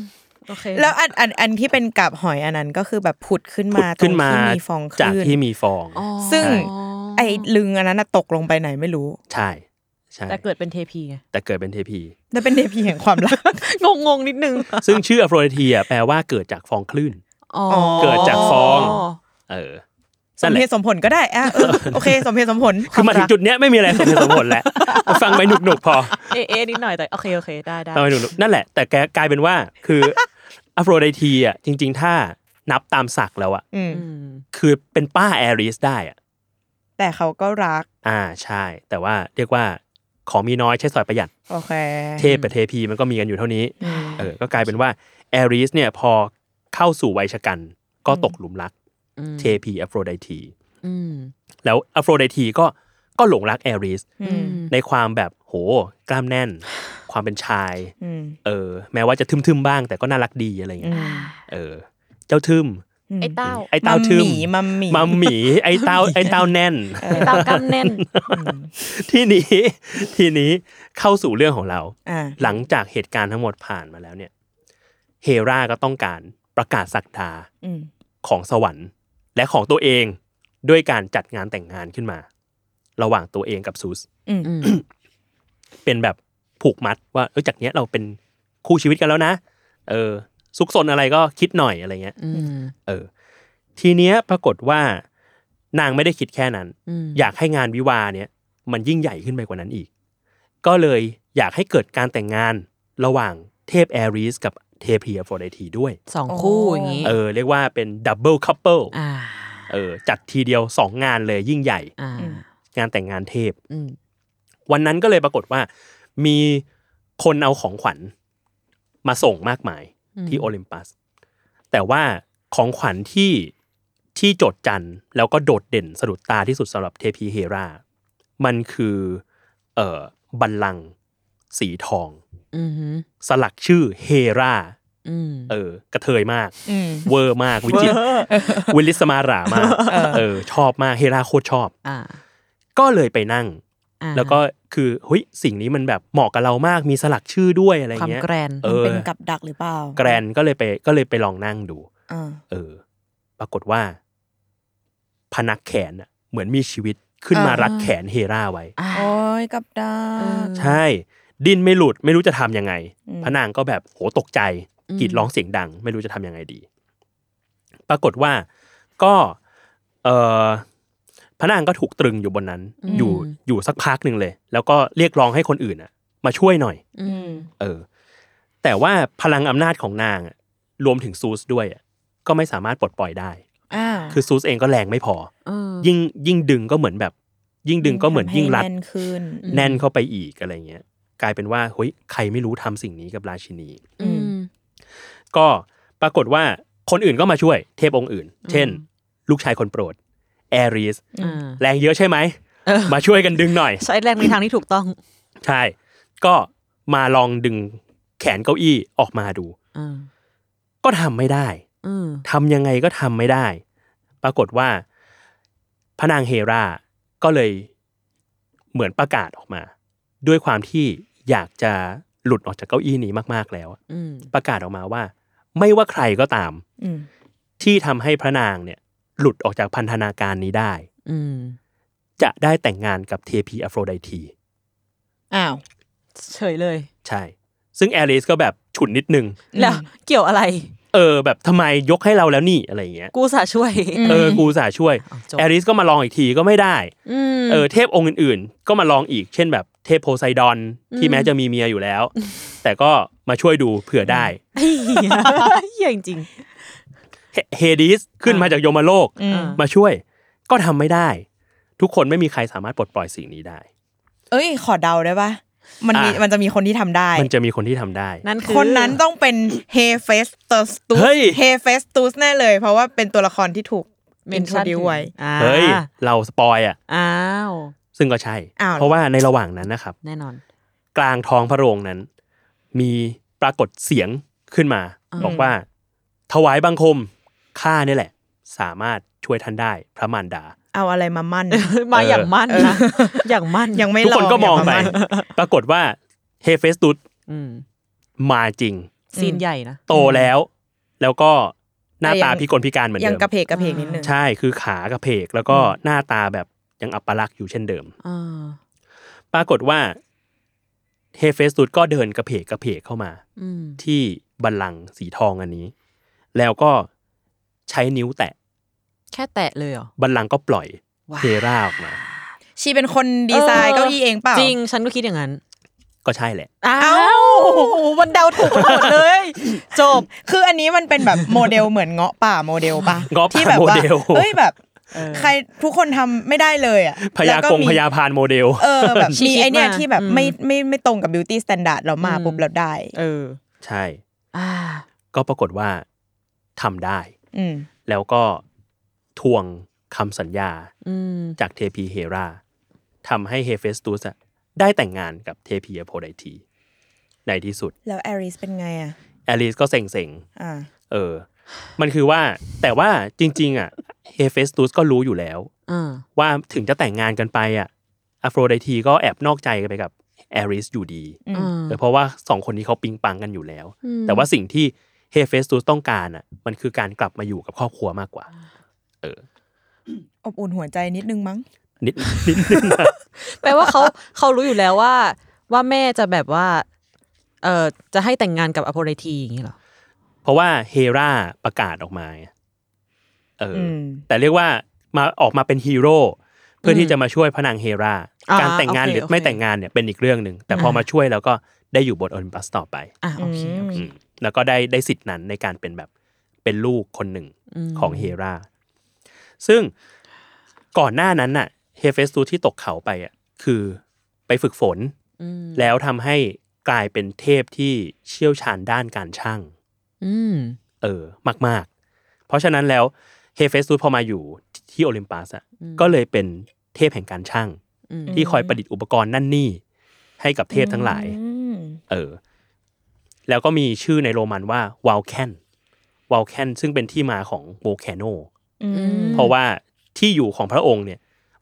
[SPEAKER 4] โอเค
[SPEAKER 3] แล้วอันอันอันที่เป็นกับหอยอันนั้นก็คือแบบผุดขึ้น
[SPEAKER 2] ผุด
[SPEAKER 3] มา
[SPEAKER 2] ขึ้นมา
[SPEAKER 3] ตรงที่มีฟองค
[SPEAKER 2] จาก
[SPEAKER 3] ลื่น
[SPEAKER 2] ที่มีฟอง
[SPEAKER 4] อ๋อ
[SPEAKER 3] ซึ่ง
[SPEAKER 2] อ๋
[SPEAKER 3] ไอ้ลึงอันนั้นน่ะตกลงไปไหนไม่รู้
[SPEAKER 2] ใช่ใช่
[SPEAKER 4] แต่เกิดเป็นเทพีไง
[SPEAKER 2] แต่เกิดเป็นเทพี
[SPEAKER 3] แล้วเป็นเทพีแห่งความรัก
[SPEAKER 4] งงงๆนิดนึง
[SPEAKER 2] ซึ่งชื่ออโฟรไดทีอะแปลว่าเกิดจากฟองคลื่น
[SPEAKER 4] อ๋อ
[SPEAKER 2] เกิดจากฟอง เออ
[SPEAKER 3] ส
[SPEAKER 2] นั่น
[SPEAKER 3] ม
[SPEAKER 2] แห
[SPEAKER 3] เห
[SPEAKER 2] ละ
[SPEAKER 3] ตุสมผลก็ได้อ่ะเออโอเค สมเหตุสมผล
[SPEAKER 2] คือมาถึงจุดเนี้ยไม่มีอะไรสมเหตุสมผลแล้ว ฟังไปหนุกหนุกๆพอ
[SPEAKER 4] เอะเอ๊ะนิดหน่อยแต่โอเคโอเคได้ได้
[SPEAKER 2] ฟังไปหนุกหนุกนั่นแหละ แต่แกกลายเป็นว่าคืออโฟรไดทีอะจริง ๆ ถ้านับตามศักดิ์แล้วอะ
[SPEAKER 3] อืม
[SPEAKER 4] อืม
[SPEAKER 2] คือเป็นป้าแอริสได้อะ
[SPEAKER 3] แต่เขาก็รัก
[SPEAKER 2] อ่าใช่ แต่ว่าเรียกว่าของมีน้อยใช้สอยประหยัด
[SPEAKER 3] โอเค
[SPEAKER 2] เทพกับเทพีมันก็มีกันอยู่เท่านี้
[SPEAKER 3] อืม
[SPEAKER 2] เออ ก็กลายเป็นว่าแอริสเนี่ยพอเข้าสู่วัยชะกัน ก็ตกหลุมรัก
[SPEAKER 4] อืม
[SPEAKER 2] เทพีอโฟรไดที
[SPEAKER 4] อืม
[SPEAKER 2] แล้วอโฟรไดทีก็ก็หลงรักแอริส
[SPEAKER 3] อืม
[SPEAKER 2] ในความแบบโหกล้ามแน่น ความเป็นชาย
[SPEAKER 3] อืม
[SPEAKER 2] เออ แม้ว่าจะทึมๆบ้าง แต่ก็น่ารักดีอะไรอย่าง
[SPEAKER 3] อื
[SPEAKER 2] เงี้ย
[SPEAKER 3] ม
[SPEAKER 2] เออ เจ้าทึม
[SPEAKER 4] ไอ้เต้า
[SPEAKER 2] ไอ้เต้าทึม
[SPEAKER 3] มัมหมี
[SPEAKER 2] มัมหมีไอ้เต้าไอ้เต้าแน่น
[SPEAKER 3] เอ
[SPEAKER 4] ไอ้
[SPEAKER 3] อ
[SPEAKER 4] เต้ากำ แน่น
[SPEAKER 2] ทีนี้ทีนี้เข้าสู่เรื่องของเรา
[SPEAKER 3] อ่า
[SPEAKER 2] หลังจากเหตุการณ์ทั้งหมดผ่านมาแล้วเนี่ย เฮราก็ต้องการประกาศศักดา
[SPEAKER 3] อืม
[SPEAKER 2] ของสวรรค์ และของตัวเองด้วยการจัดงานแต่งงานขึ้นมา ระหว่างตัวเองกับซูส
[SPEAKER 3] อืม
[SPEAKER 4] อืม
[SPEAKER 2] เป็นแบบผูกมัดว่าเออจากเนี้ยเราเป็นคู่ชีวิตกันแล้วนะ เออซุกซนอะไรก็คิดหน่อยอะไรเงี้ย
[SPEAKER 4] อืม
[SPEAKER 2] เออ ทีเนี้ยปรากฏว่านางไม่ได้คิดแค่นั้น
[SPEAKER 4] อืม
[SPEAKER 2] อยากให้งานวิวาเนี่ย มันยิ่งใหญ่ขึ้นไปกว่านั้นอีก ก็เลยอยากให้เกิดการแต่งงานระหว่างเทพแอริสกับเทพีอโฟรไดทีด้วย
[SPEAKER 4] สองคู่อย่างงี้
[SPEAKER 2] เออ เรียกว่าเป็นดับเบิลคัพเปิล
[SPEAKER 4] อ่า
[SPEAKER 2] เออ จัดทีเดียวสองงานเลยยิ่งใหญ่
[SPEAKER 4] อ่า
[SPEAKER 2] งานแต่งงานเทพ
[SPEAKER 4] อืม
[SPEAKER 2] วันนั้นก็เลยปรากฏว่า มีคนเอาของขวัญมาส่งมากมาย
[SPEAKER 4] อืม
[SPEAKER 2] ที่โอลิมปัส แต่ว่าของขวัญที่ที่โจดจันแล้วก็โดดเด่นสะดุดตาที่สุดสำหรับเทพีเฮรา มันคือเอ่อบัลลังก์สีทอง
[SPEAKER 4] อืม
[SPEAKER 2] สลักชื่อเฮรา
[SPEAKER 4] อืม
[SPEAKER 2] เออกระเทยมาก
[SPEAKER 3] อืม
[SPEAKER 2] เวอร์มากวิจิตรวิลลิสมารามากเออชอบมากเฮราโคตรชอบ
[SPEAKER 4] อ่า
[SPEAKER 2] ก็เลยไปนั่ง
[SPEAKER 4] อ่า
[SPEAKER 2] แล้วก็คือเฮ้ยสิ่งนี้มันแบบเหมาะกับเรามากมีสลักชื่อด้วยอะไร
[SPEAKER 4] ความ
[SPEAKER 2] เงี้ย
[SPEAKER 4] แกรน
[SPEAKER 2] เออ
[SPEAKER 3] เป็นกับดักหรือเปล่า
[SPEAKER 2] แกรนก็เลยไปก็เลยไปลองนั่งดู
[SPEAKER 3] อ่า
[SPEAKER 2] เออ ปรากฏว่า พนักแขนน่ะเหมือนมีชีวิตขึ้นมา
[SPEAKER 3] อ่า
[SPEAKER 2] รัดแขนเฮราไว้
[SPEAKER 4] อ่า
[SPEAKER 3] โอ้ยกับดัก
[SPEAKER 2] ใช่ ดิ้นไม่หลุดไม่รู้จะทำยังไง
[SPEAKER 3] อืม
[SPEAKER 2] พระนางก็แบบโหตกใจ
[SPEAKER 4] อืม
[SPEAKER 2] กรีดร้องเสียงดัง ไม่รู้จะทำยังไงดี ปรากฏว่าก็ เออพระนางก็ถูกตรึงอยู่บนนั้น
[SPEAKER 4] อืม
[SPEAKER 2] อยู่อยู่สักพักหนึ่งเลย แล้วก็เรียกร้องให้คนอื่นน่ะ มาช่วยหน่อย
[SPEAKER 4] อืม
[SPEAKER 2] เออ แต่ว่าพลังอำนาจของนางอะรวมถึงซูสด้วยอะก็ไม่สามารถปลดปล่อยได้
[SPEAKER 3] อ้าว
[SPEAKER 2] คือซูสเองก็แรงไม่พอ
[SPEAKER 4] เออ
[SPEAKER 2] ยิ่งยิ่งดึงก็เหมือนแบบ ยิ่งดึงก็เหมือนยิ่งรัด
[SPEAKER 3] ทำให้แน่นขึ้น
[SPEAKER 4] อืม
[SPEAKER 2] แน่นเข้าไปอีกอะไรเงี้ย กลายเป็นว่าเฮ้ยใครไม่รู้ทำสิ่งนี้กับราชินี
[SPEAKER 4] อืม
[SPEAKER 2] ก็ปรากฏว่าคนอื่นก็มาช่วยเทพองค์อื่น เช่น ลูกชายคนโปรดแอริส
[SPEAKER 4] อ่า
[SPEAKER 2] แรงเยอะใช่ไหม มาช่วยกันดึงหน่อย
[SPEAKER 4] ใช้แรงในทางที่ถูกต้อง
[SPEAKER 2] ใช่ ก็มาลองดึงแขนเก้าอี้ออกมาดู
[SPEAKER 4] อ่า
[SPEAKER 2] ก็ทำไม่ได้
[SPEAKER 4] อืม
[SPEAKER 2] ทำยังไงก็ทำไม่ได้ ปรากฏว่าพระนางเฮรา ก็เลยเหมือนประกาศออกมา ด้วยความที่อยากจะหลุดออกจากเก้าอี้นี้มากๆแล้ว
[SPEAKER 4] อืม
[SPEAKER 2] ประกาศออกมาว่า ไม่ว่าใครก็ตาม
[SPEAKER 3] อืม
[SPEAKER 2] ที่ทำให้พระนางเนี่ย หลุดออกจากพันธนาการนี้ได้
[SPEAKER 4] อืม
[SPEAKER 2] จะได้แต่งงานกับเทพีอโฟรไดที
[SPEAKER 3] อ้าว
[SPEAKER 4] เฉยเลย
[SPEAKER 2] ใช่ ซึ่งแอลิสก็แบบฉุนนิดนึง
[SPEAKER 4] แล้วเกี่ยวอะไร
[SPEAKER 2] เออ แบบทำไมยกให้เราแล้วนี่อะไรอย่างเงี้ย
[SPEAKER 4] กูสาช่วย
[SPEAKER 2] เออกูอุตสาห์ช่วย
[SPEAKER 4] าจบ
[SPEAKER 2] แอริสก็มาลองอีกทีก็ไม่ได้
[SPEAKER 4] ม
[SPEAKER 2] เออเทพองค์อื่นๆ ก็มาลองอีกเช่นแบบเทพโพไซดอนที่แม้จะมีเมียอยู่แล้ว แต่ก็มาช่วยดูเผื่อได้
[SPEAKER 4] ไอ้ เหี้ย เหี้ยจริง
[SPEAKER 2] เฮเฮดิสขึ้นมาจากโยมโลก
[SPEAKER 4] ๆอ่า
[SPEAKER 2] มาช่วยก็ทำไม่ได้ ทุกคนไม่มีใครสามารถปลดปล่อยสิ่งนี้ได้
[SPEAKER 3] เอ้ย ขอเดาได้ปะมันมี
[SPEAKER 2] อ่ะ
[SPEAKER 3] มันจะมีคนที่ทำได้
[SPEAKER 2] มันจะมีคนที่ทำได้
[SPEAKER 4] นั่นอ
[SPEAKER 3] คนนั้นต้องเป็นเฮเฟสต u สตู
[SPEAKER 2] เฮ้
[SPEAKER 3] ส
[SPEAKER 2] ย
[SPEAKER 3] เฮเฟสตูสแน่เลย เพราะว่าเป็นตัวละครที่ถูก
[SPEAKER 4] mention
[SPEAKER 3] ดิวไว้
[SPEAKER 4] อ่า
[SPEAKER 2] เฮ้ย เราสปอยอ่ะ
[SPEAKER 4] อ้าว
[SPEAKER 2] ซึ่งก็ใช่
[SPEAKER 3] อ้าว
[SPEAKER 2] เพราะว่าในระหว่างนั้นนะครับ
[SPEAKER 4] แน่นอน
[SPEAKER 2] กลางท้องพระโรงนั้น มีปรากฏเสียงขึ้นมา
[SPEAKER 4] อืม
[SPEAKER 2] บอกว่า ถวายบังคมข้าเนี่ยแหละ สามารถช่วยท่านได้พระมารดา
[SPEAKER 3] เอาอะไรมา มั่น
[SPEAKER 4] มาอย่างมั่นนะ อย่างมั่น
[SPEAKER 3] ยังไม่
[SPEAKER 2] ทุกคนก็มอง
[SPEAKER 3] ย่าา
[SPEAKER 2] ไป
[SPEAKER 3] มั่น
[SPEAKER 2] ปรากฏว่าเฮเฟสตุส
[SPEAKER 4] อืม
[SPEAKER 2] มาจริง
[SPEAKER 4] ซีนใหญ่นะ
[SPEAKER 2] โตแล้ว แล้วก็หน้า
[SPEAKER 3] แต่ยั
[SPEAKER 2] ตาง พิกลพิการเหมือน
[SPEAKER 3] ยัง
[SPEAKER 2] เดิม
[SPEAKER 3] กระเพกกระเพกนิดนึง
[SPEAKER 2] ใช่คือขากระเพก แล้วก็หน้าตาแบบยังอัปลักษณ์อยู่เช่นเดิม
[SPEAKER 4] อ่า
[SPEAKER 2] ปรากฏว่าเฮเฟสตุสก็เดินกระเพกกระเพกเข้ามา
[SPEAKER 4] อืม
[SPEAKER 2] ที่บัลลังก์สีทองอันนี้ แล้วก็ใช้นิ้วแตะ
[SPEAKER 4] แค่แตะเลยเหรอ
[SPEAKER 2] บัลลังก์ก็ปล่อย
[SPEAKER 4] ว้าว
[SPEAKER 2] เฮราออกมา
[SPEAKER 3] ชีเป็นคนดีไซน์เก้าอี้เองเปล่า
[SPEAKER 4] จริง ฉันก็คิดอย่างนั้น
[SPEAKER 2] ก็ใช่แหละ
[SPEAKER 4] อ้า
[SPEAKER 3] เอ้า
[SPEAKER 4] วมันเดาถูกหมดเลย จบ
[SPEAKER 3] คืออันนี้มันเป็นแบบโมเดลเหมือนเงาะป่าโมเดลป่ะ
[SPEAKER 2] เงาะป่า
[SPEAKER 3] ที่แบบว่า
[SPEAKER 2] โมเดล
[SPEAKER 3] เอ้ยแบบ ใครทุกคนทำไม่ได้เลยอ่ะ
[SPEAKER 2] พยาก
[SPEAKER 3] แล้ว
[SPEAKER 2] ง
[SPEAKER 3] มี
[SPEAKER 2] พยาพานโมเดล
[SPEAKER 3] เออแบบ
[SPEAKER 4] ชี้
[SPEAKER 3] มี
[SPEAKER 4] คิด
[SPEAKER 3] ไอเนี่ย
[SPEAKER 4] มา
[SPEAKER 3] ที่แบบ
[SPEAKER 4] อืม
[SPEAKER 3] ไม่ไม่ไม่ตรงกับบิวตี้สแตนดาร์ดเรามา
[SPEAKER 4] อืม
[SPEAKER 3] ปุ๊บเราได้
[SPEAKER 4] เออ
[SPEAKER 2] ใช่
[SPEAKER 4] อ่า
[SPEAKER 2] ก็ปรากฏว่าทำได้
[SPEAKER 3] อืม
[SPEAKER 2] แล้วก็ทวงคำสัญญา
[SPEAKER 4] อืม
[SPEAKER 2] จากเทพีเฮราทำให้เฮเฟสตูสอะได้แต่งงานกับเทพีอโพไดที ในที่สุด
[SPEAKER 3] แล้วแอริสเป็นไงอ่ะ
[SPEAKER 2] แอลิสก็เซ็ง
[SPEAKER 3] อ่า
[SPEAKER 2] ๆเออ มันคือว่าแต่ว่าจริง ๆ อ่ะเฮเฟสตุสก็รู้อยู่แล้ว
[SPEAKER 4] อ่า
[SPEAKER 2] ว่าถึงจะแต่งงานกันไปอ่ะอโฟรไดทีก็แอบนอกใจกันไปกับแอริสอยู่ดี
[SPEAKER 3] อืม
[SPEAKER 4] อ่า
[SPEAKER 2] เออเพราะว่าสองคนนี้เขาปิงปังกันอยู่แล้ว แต่ว่าสิ่งที่เฮเฟสตุสต้องการอ่ะมันคือการกลับมาอยู่กับครอบครัวมากกว่า
[SPEAKER 3] อบอุ่นหัวใจนิดนึงมั้ง
[SPEAKER 2] นิด นิดนึง
[SPEAKER 4] แปลว่าเขา เขารู้อยู่แล้วว่าว่าแม่จะแบบว่า เออจะให้แต่งงานกับอโพไลทีอย่างนี้เหรอ
[SPEAKER 2] เพราะว่าเฮราประกาศออกมาไงเอออ
[SPEAKER 3] ม
[SPEAKER 2] แต่เรียกว่ามาออกมาเป็นฮีโร่เพื่ออ
[SPEAKER 4] ม
[SPEAKER 2] ที่จะมาช่วยพระนางเฮรา
[SPEAKER 4] อ่า
[SPEAKER 2] การแต่งงาน
[SPEAKER 4] โอเค
[SPEAKER 2] หรือ
[SPEAKER 4] โอเค
[SPEAKER 2] ไม่แต่งงานเนี่ยเป็นอีกเรื่องหนึ่ง แต่พอ
[SPEAKER 4] อ่าม
[SPEAKER 2] มาช่วยแล้วก็ได้อยู่บนโอลิมปัสต่อไป
[SPEAKER 4] อ่ะโอเคโอเค
[SPEAKER 2] อืมแล้วก็ได้ได้สิทธิ์นั้นในการเป็นแบบเป็นลูกคนหนึ่ง
[SPEAKER 4] อืม
[SPEAKER 2] ของเฮรา ซึ่งก่อนหน้านั้นน่ะเฮเฟสตูสที่ตกเขาไปอ่ะคือไปฝึกฝน
[SPEAKER 4] อืม
[SPEAKER 2] แล้วทำให้กลายเป็นเทพที่เชี่ยวชาญด้านการช่าง
[SPEAKER 4] อืม
[SPEAKER 2] เออมาก ๆ เพราะฉะนั้นแล้วเฮเฟสตูสพอมาอยู่ที่โอลิมปัสอ่ะก็เลยเป็นเทพแห่งการช่าง
[SPEAKER 4] อืม
[SPEAKER 2] ที่คอยประดิษฐ์อุปกรณ์นั่นนี่ ให้กับเทพทั้งหลาย
[SPEAKER 3] อืม
[SPEAKER 2] เออ แล้วก็มีชื่อในโรมันว่าวาลแคนวาลแคนซึ่งเป็นที่มาของโวลแคนโน
[SPEAKER 3] อืม
[SPEAKER 2] เพราะว่าที่อยู่ของพระองค์เนี่ย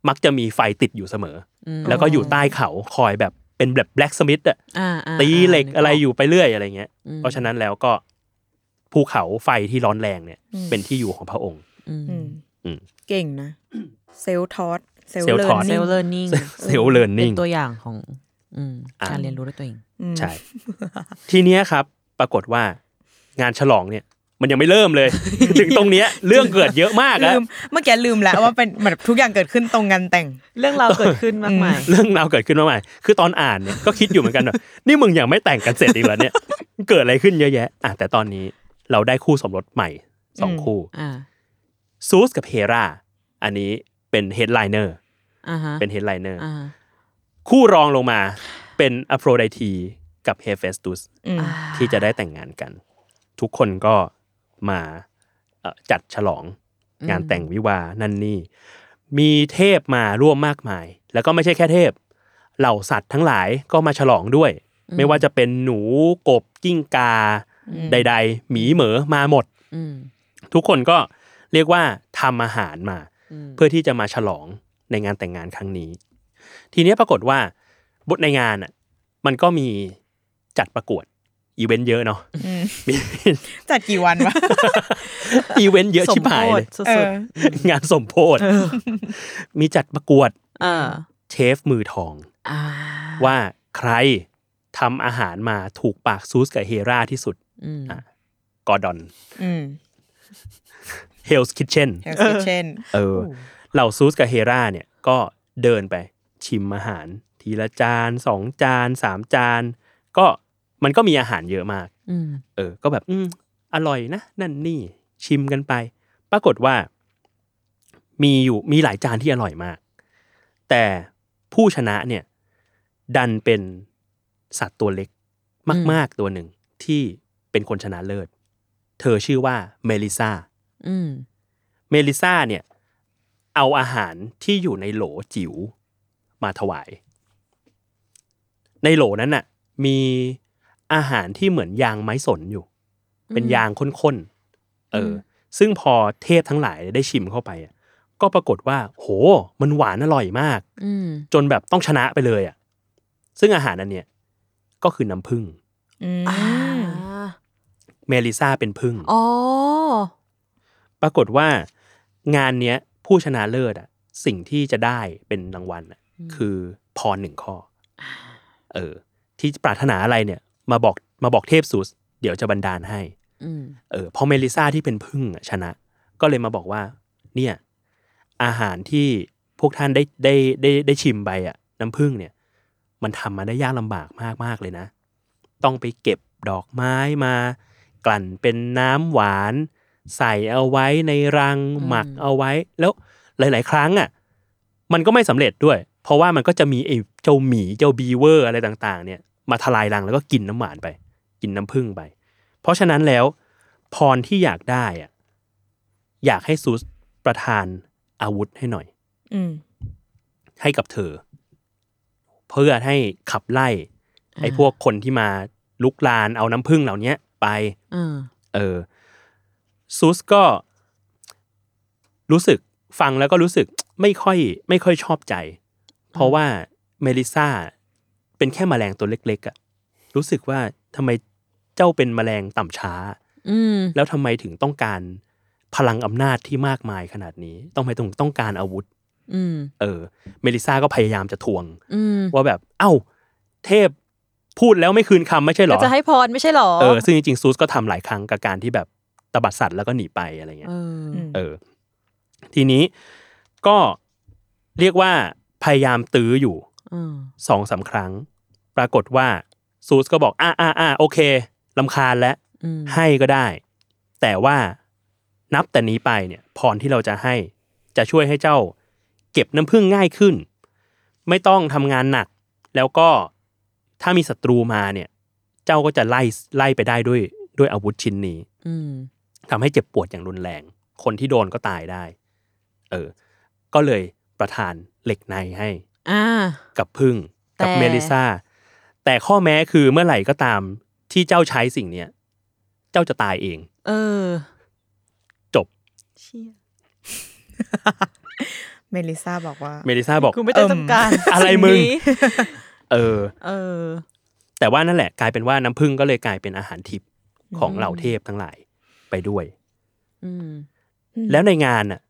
[SPEAKER 2] มักจะมีไฟติดอยู่เสมออแล้วก็อยู่ใต้เขาคอยแบบเป็นแบบแบล็กสมิธอะ
[SPEAKER 4] อ่าอ่า
[SPEAKER 2] ตีเหล็ก
[SPEAKER 4] นึ
[SPEAKER 2] อะไร
[SPEAKER 4] ก
[SPEAKER 2] อยู่ไปเรื่อยอะไรเงี้ย
[SPEAKER 4] อืม
[SPEAKER 2] เพราะฉะนั้นแล้วก็ภูเขาไฟที่ร้อนแรงเนี่ย เป็นที่อยู่ของพระองค์
[SPEAKER 4] อืม
[SPEAKER 3] อืม
[SPEAKER 2] อืม
[SPEAKER 3] เก่งนะ เซลทอส เซล
[SPEAKER 2] self-taught อืม
[SPEAKER 3] เล
[SPEAKER 4] เซลเลอร์นิ่ง
[SPEAKER 2] เซลเลอร์
[SPEAKER 4] เป็
[SPEAKER 2] นิ่ง
[SPEAKER 4] นตัวอย่างของอืม
[SPEAKER 2] อ่ะ
[SPEAKER 4] การเรียนรู้ด้วยตัวเอง
[SPEAKER 2] ใช่ ทีเนี้ยครับ ปรากฏว่างานฉลองเนี่ย มันยังไม่เริ่มเลย ถึงตรงเนี้ยเรื่องเกิดเยอะมากแล้
[SPEAKER 3] ลื
[SPEAKER 2] ว
[SPEAKER 3] ม เมื่อกี้ลืม แล้วว่าเป็นเหมือนทุกอย่างเกิดขึ้นตรงงานแต่ง
[SPEAKER 4] เรื่องราวเกิดขึ้นมากมาย
[SPEAKER 2] เรื่องราวเกิดขึ้นมาใหม่ คือตอนอ่านเนี่ยก็คิดอยู่เหมือนกันว่า นี่มึงยังไม่แต่งกันเสร็จอีกเหรอเนี่ย เกิดอะไรขึ้นเยอะแยะ อ่ะแต่ตอนนี้เราได้คู่สมรสใหม่สอง
[SPEAKER 3] อืม
[SPEAKER 2] คู่
[SPEAKER 4] อ่า
[SPEAKER 2] ซูสกับเฮรา อันนี้เป็นเฮดไลเนอร์
[SPEAKER 4] อ่าฮะ
[SPEAKER 2] เป็นเฮดไลเนอร์
[SPEAKER 4] อ่า
[SPEAKER 2] คู่รองลงมาเป็นอโฟรไดทีกับเฮเฟสตุส
[SPEAKER 3] อืม
[SPEAKER 2] ที่จะได้แต่งงานกัน ทุกคนก็มาเอ่อจัดฉลองงานแต่งวิวาห์นั่นนี่ มีเทพมาร่วมมากมาย แล้วก็ไม่ใช่แค่เทพ เหล่าสัตว์ทั้งหลายก็มาฉลองด้วย ไม่ว่าจะเป็นหนูกบกิ้งกา ใด ๆ หมีเหมอมาหมด
[SPEAKER 4] อืม
[SPEAKER 2] ทุกคนก็เรียกว่าทำอาหารมา เพื่อที่จะมาฉลองในงานแต่งงานครั้งนี้ ทีเนี้ยปรากฏว่าบทในงานอ่ะมันก็มีจัดประกวดอีเวนต์เยอะเนาะ
[SPEAKER 3] อืม
[SPEAKER 2] มี
[SPEAKER 3] จัดกี่วันวะ
[SPEAKER 2] อีเวนต์เยอะชิบหายเลย
[SPEAKER 4] สมโพธิ
[SPEAKER 3] เอ
[SPEAKER 4] สุด
[SPEAKER 3] อ
[SPEAKER 2] งานสมโพธมีจัดประกวด
[SPEAKER 4] ๆเออ
[SPEAKER 2] เชฟมือทอง
[SPEAKER 4] อ่า
[SPEAKER 2] ว่าใครทำอาหารมาถูกปากซูสกับเฮราที่สุด
[SPEAKER 4] อืม
[SPEAKER 2] กอร์ดอน
[SPEAKER 3] อืม
[SPEAKER 2] เฮลส์คิทเช่น
[SPEAKER 3] แถวซีเช่น
[SPEAKER 2] เออเหล่าซูสกับเฮราเนี่ยก็เดินไปชิมอาหาร ทีละจานสองจานสามจาน ก็มันก็มีอาหารเยอะมาก
[SPEAKER 4] อืม
[SPEAKER 2] เออ ก็แบบอืมอร่อยนะ นั่นนี่ชิมกันไป ปรากฏว่า มีอยู่มีหลายจานที่อร่อยมาก แต่ผู้ชนะเนี่ย ดันเป็นสัตว์ตัวเล็กมาก ๆ ตัวหนึ่งที่เป็นคนชนะเลิศ เธอชื่อว่าเมลิซา
[SPEAKER 4] อืม
[SPEAKER 2] เมลิซาเนี่ย เอาอาหารที่อยู่ในโหลจิ๋วมาถวาย ในโหลนั้นน่ะ มีอาหารที่เหมือนยางไม้สนอยู่ เป็นยางข้นๆ เอออซึ่งพอเทพทั้งหลายได้ชิมเข้าไปอ่ะ ก็ปรากฏว่า โห มันหวานอร่อยมาก
[SPEAKER 4] อืม
[SPEAKER 2] จนแบบต้องชนะไปเลยอ่ะ ซึ่งอาหารนั้นเนี่ย ก็คือน้ำผึ้ง
[SPEAKER 3] อืม
[SPEAKER 4] อ่า
[SPEAKER 2] เมลิซาเป็นผึ้ง
[SPEAKER 4] อ๋อ
[SPEAKER 2] ปรากฏว่างานเนี้ยผู้ชนะเลิศอ่ะ สิ่งที่จะได้เป็นรางวัลอ่ะ คือพรหนึ่งข้อ เออ ที่ปรารถนาอะไรเนี่ย มาบอกมาบอกเทพซูส เดี๋ยวจะบันดาลให้
[SPEAKER 4] อืม
[SPEAKER 2] เออพอเมลิซาที่เป็นพึ่งอะชนะ ก็เลยมาบอกว่า เนี่ย อาหารที่พวกท่านได้ได้ได้ได้ชิมไปอ่ะ น้ำพึ่งเนี่ย มันทำมาได้ยากลำบากมากมากๆเลยนะ ต้องไปเก็บดอกไม้มา กลั่นเป็นน้ำหวาน ใส่เอาไว้ในรังหมักเอาไว้ แล้วหลาย ๆ ครั้งอ่ะ มันก็ไม่สำเร็จด้วย เพราะว่ามันก็จะมีไอ้เจ้าหมีเจ้าบีเวอร์อะไรต่าง ๆ เนี่ย มาทลายรังแล้วก็กินน้ำหวานไป กินน้ำพึ่งไป เพราะฉะนั้นแล้ว พรที่อยากได้อะอยากให้ซูสประทานอาวุธให้หน่อย
[SPEAKER 3] อืม
[SPEAKER 2] ให้กับเธอ เพื่อให้ขับไล่ไอ้พวกคนที่มา ลุกลานเอาน้ำผึ้งเหล่าเนี้ยไป
[SPEAKER 4] อืม
[SPEAKER 2] เออซูสก็ รู้สึกฟังแล้วก็รู้สึก ไม่ค่อย ไม่ค่อยชอบใจ เพราะว่าเมลิซาเป็นแค่แมลงตัวเล็ก ๆอะรู้สึกว่าทำไมเจ้าเป็นแมลงต่ำช้า
[SPEAKER 4] อืม
[SPEAKER 2] แล้วทำไมถึงต้องการพลังอำนาจที่มากมายขนาดนี้ ต้องไปตรงต้องการอาวุธ
[SPEAKER 4] อืม
[SPEAKER 2] เออ เมลิซาก็พยายามจะทวง
[SPEAKER 4] อืม
[SPEAKER 2] ว่าแบบ เอ้า เทพพูดแล้วไม่คืนคำไม่ใช่เหร
[SPEAKER 4] ก็
[SPEAKER 2] อ
[SPEAKER 4] จะให้พรไม่ใช่หรอ
[SPEAKER 2] เออซึ่งจริงๆซูสก็ทำหลายครั้งกับการที่แบบตบัดสัตว์แล้วก็หนีไปอะไรเงี้ย
[SPEAKER 4] เออ
[SPEAKER 3] อืม
[SPEAKER 2] เออ ทีนี้ก็เรียกว่าพยายามตื้ออยู่
[SPEAKER 4] อืม
[SPEAKER 2] สองสามครั้ง ปรากฏว่าซูสก็บอกอ่าอ่าอ่าโอเคลำคาญแล้ว
[SPEAKER 4] อืม
[SPEAKER 2] ให้ก็ได้ แต่ว่านับแต่นี้ไปเนี่ย พรที่เราจะให้จะช่วยให้เจ้า เก็บน้ำผึ้งง่ายขึ้น ไม่ต้องทำงานหนัก แล้วก็ถ้ามีศัตรูมาเนี่ย เจ้าก็จะไล่ไล่ไปได้ด้วยด้วยอาวุธชิ้นนี้
[SPEAKER 4] อืม
[SPEAKER 2] ทำให้เจ็บปวดอย่างรุนแรง คนที่โดนก็ตายได้ เออ ก็เลยประทานเหล็กในให้
[SPEAKER 4] อ่า
[SPEAKER 2] กับพึ่งกับ
[SPEAKER 4] แต่
[SPEAKER 2] เมลิซาแต่ข้อแม้คือเมื่อไหร่ก็ตามที่เจ้าใช้สิ่งเนี้ยเจ้าจะตายเอง
[SPEAKER 4] เออ
[SPEAKER 2] จบ
[SPEAKER 4] เชี่ย
[SPEAKER 3] เมลิซาบอกว่า
[SPEAKER 2] เมลิซาบอก
[SPEAKER 4] กูไม่ได้ต้องการ
[SPEAKER 2] อะไร
[SPEAKER 4] สิ่
[SPEAKER 2] มึง
[SPEAKER 4] นี้
[SPEAKER 2] เออ
[SPEAKER 4] เออ
[SPEAKER 2] แต่ว่านั่นแหละกลายเป็นว่าน้ำผึ้งก็เลยกลายเป็นอาหารทิพย์ของ
[SPEAKER 3] อืม
[SPEAKER 2] เหล่าเทพทั้งหลายไปด้วย
[SPEAKER 4] อืม
[SPEAKER 2] แล้วในงานน่ะ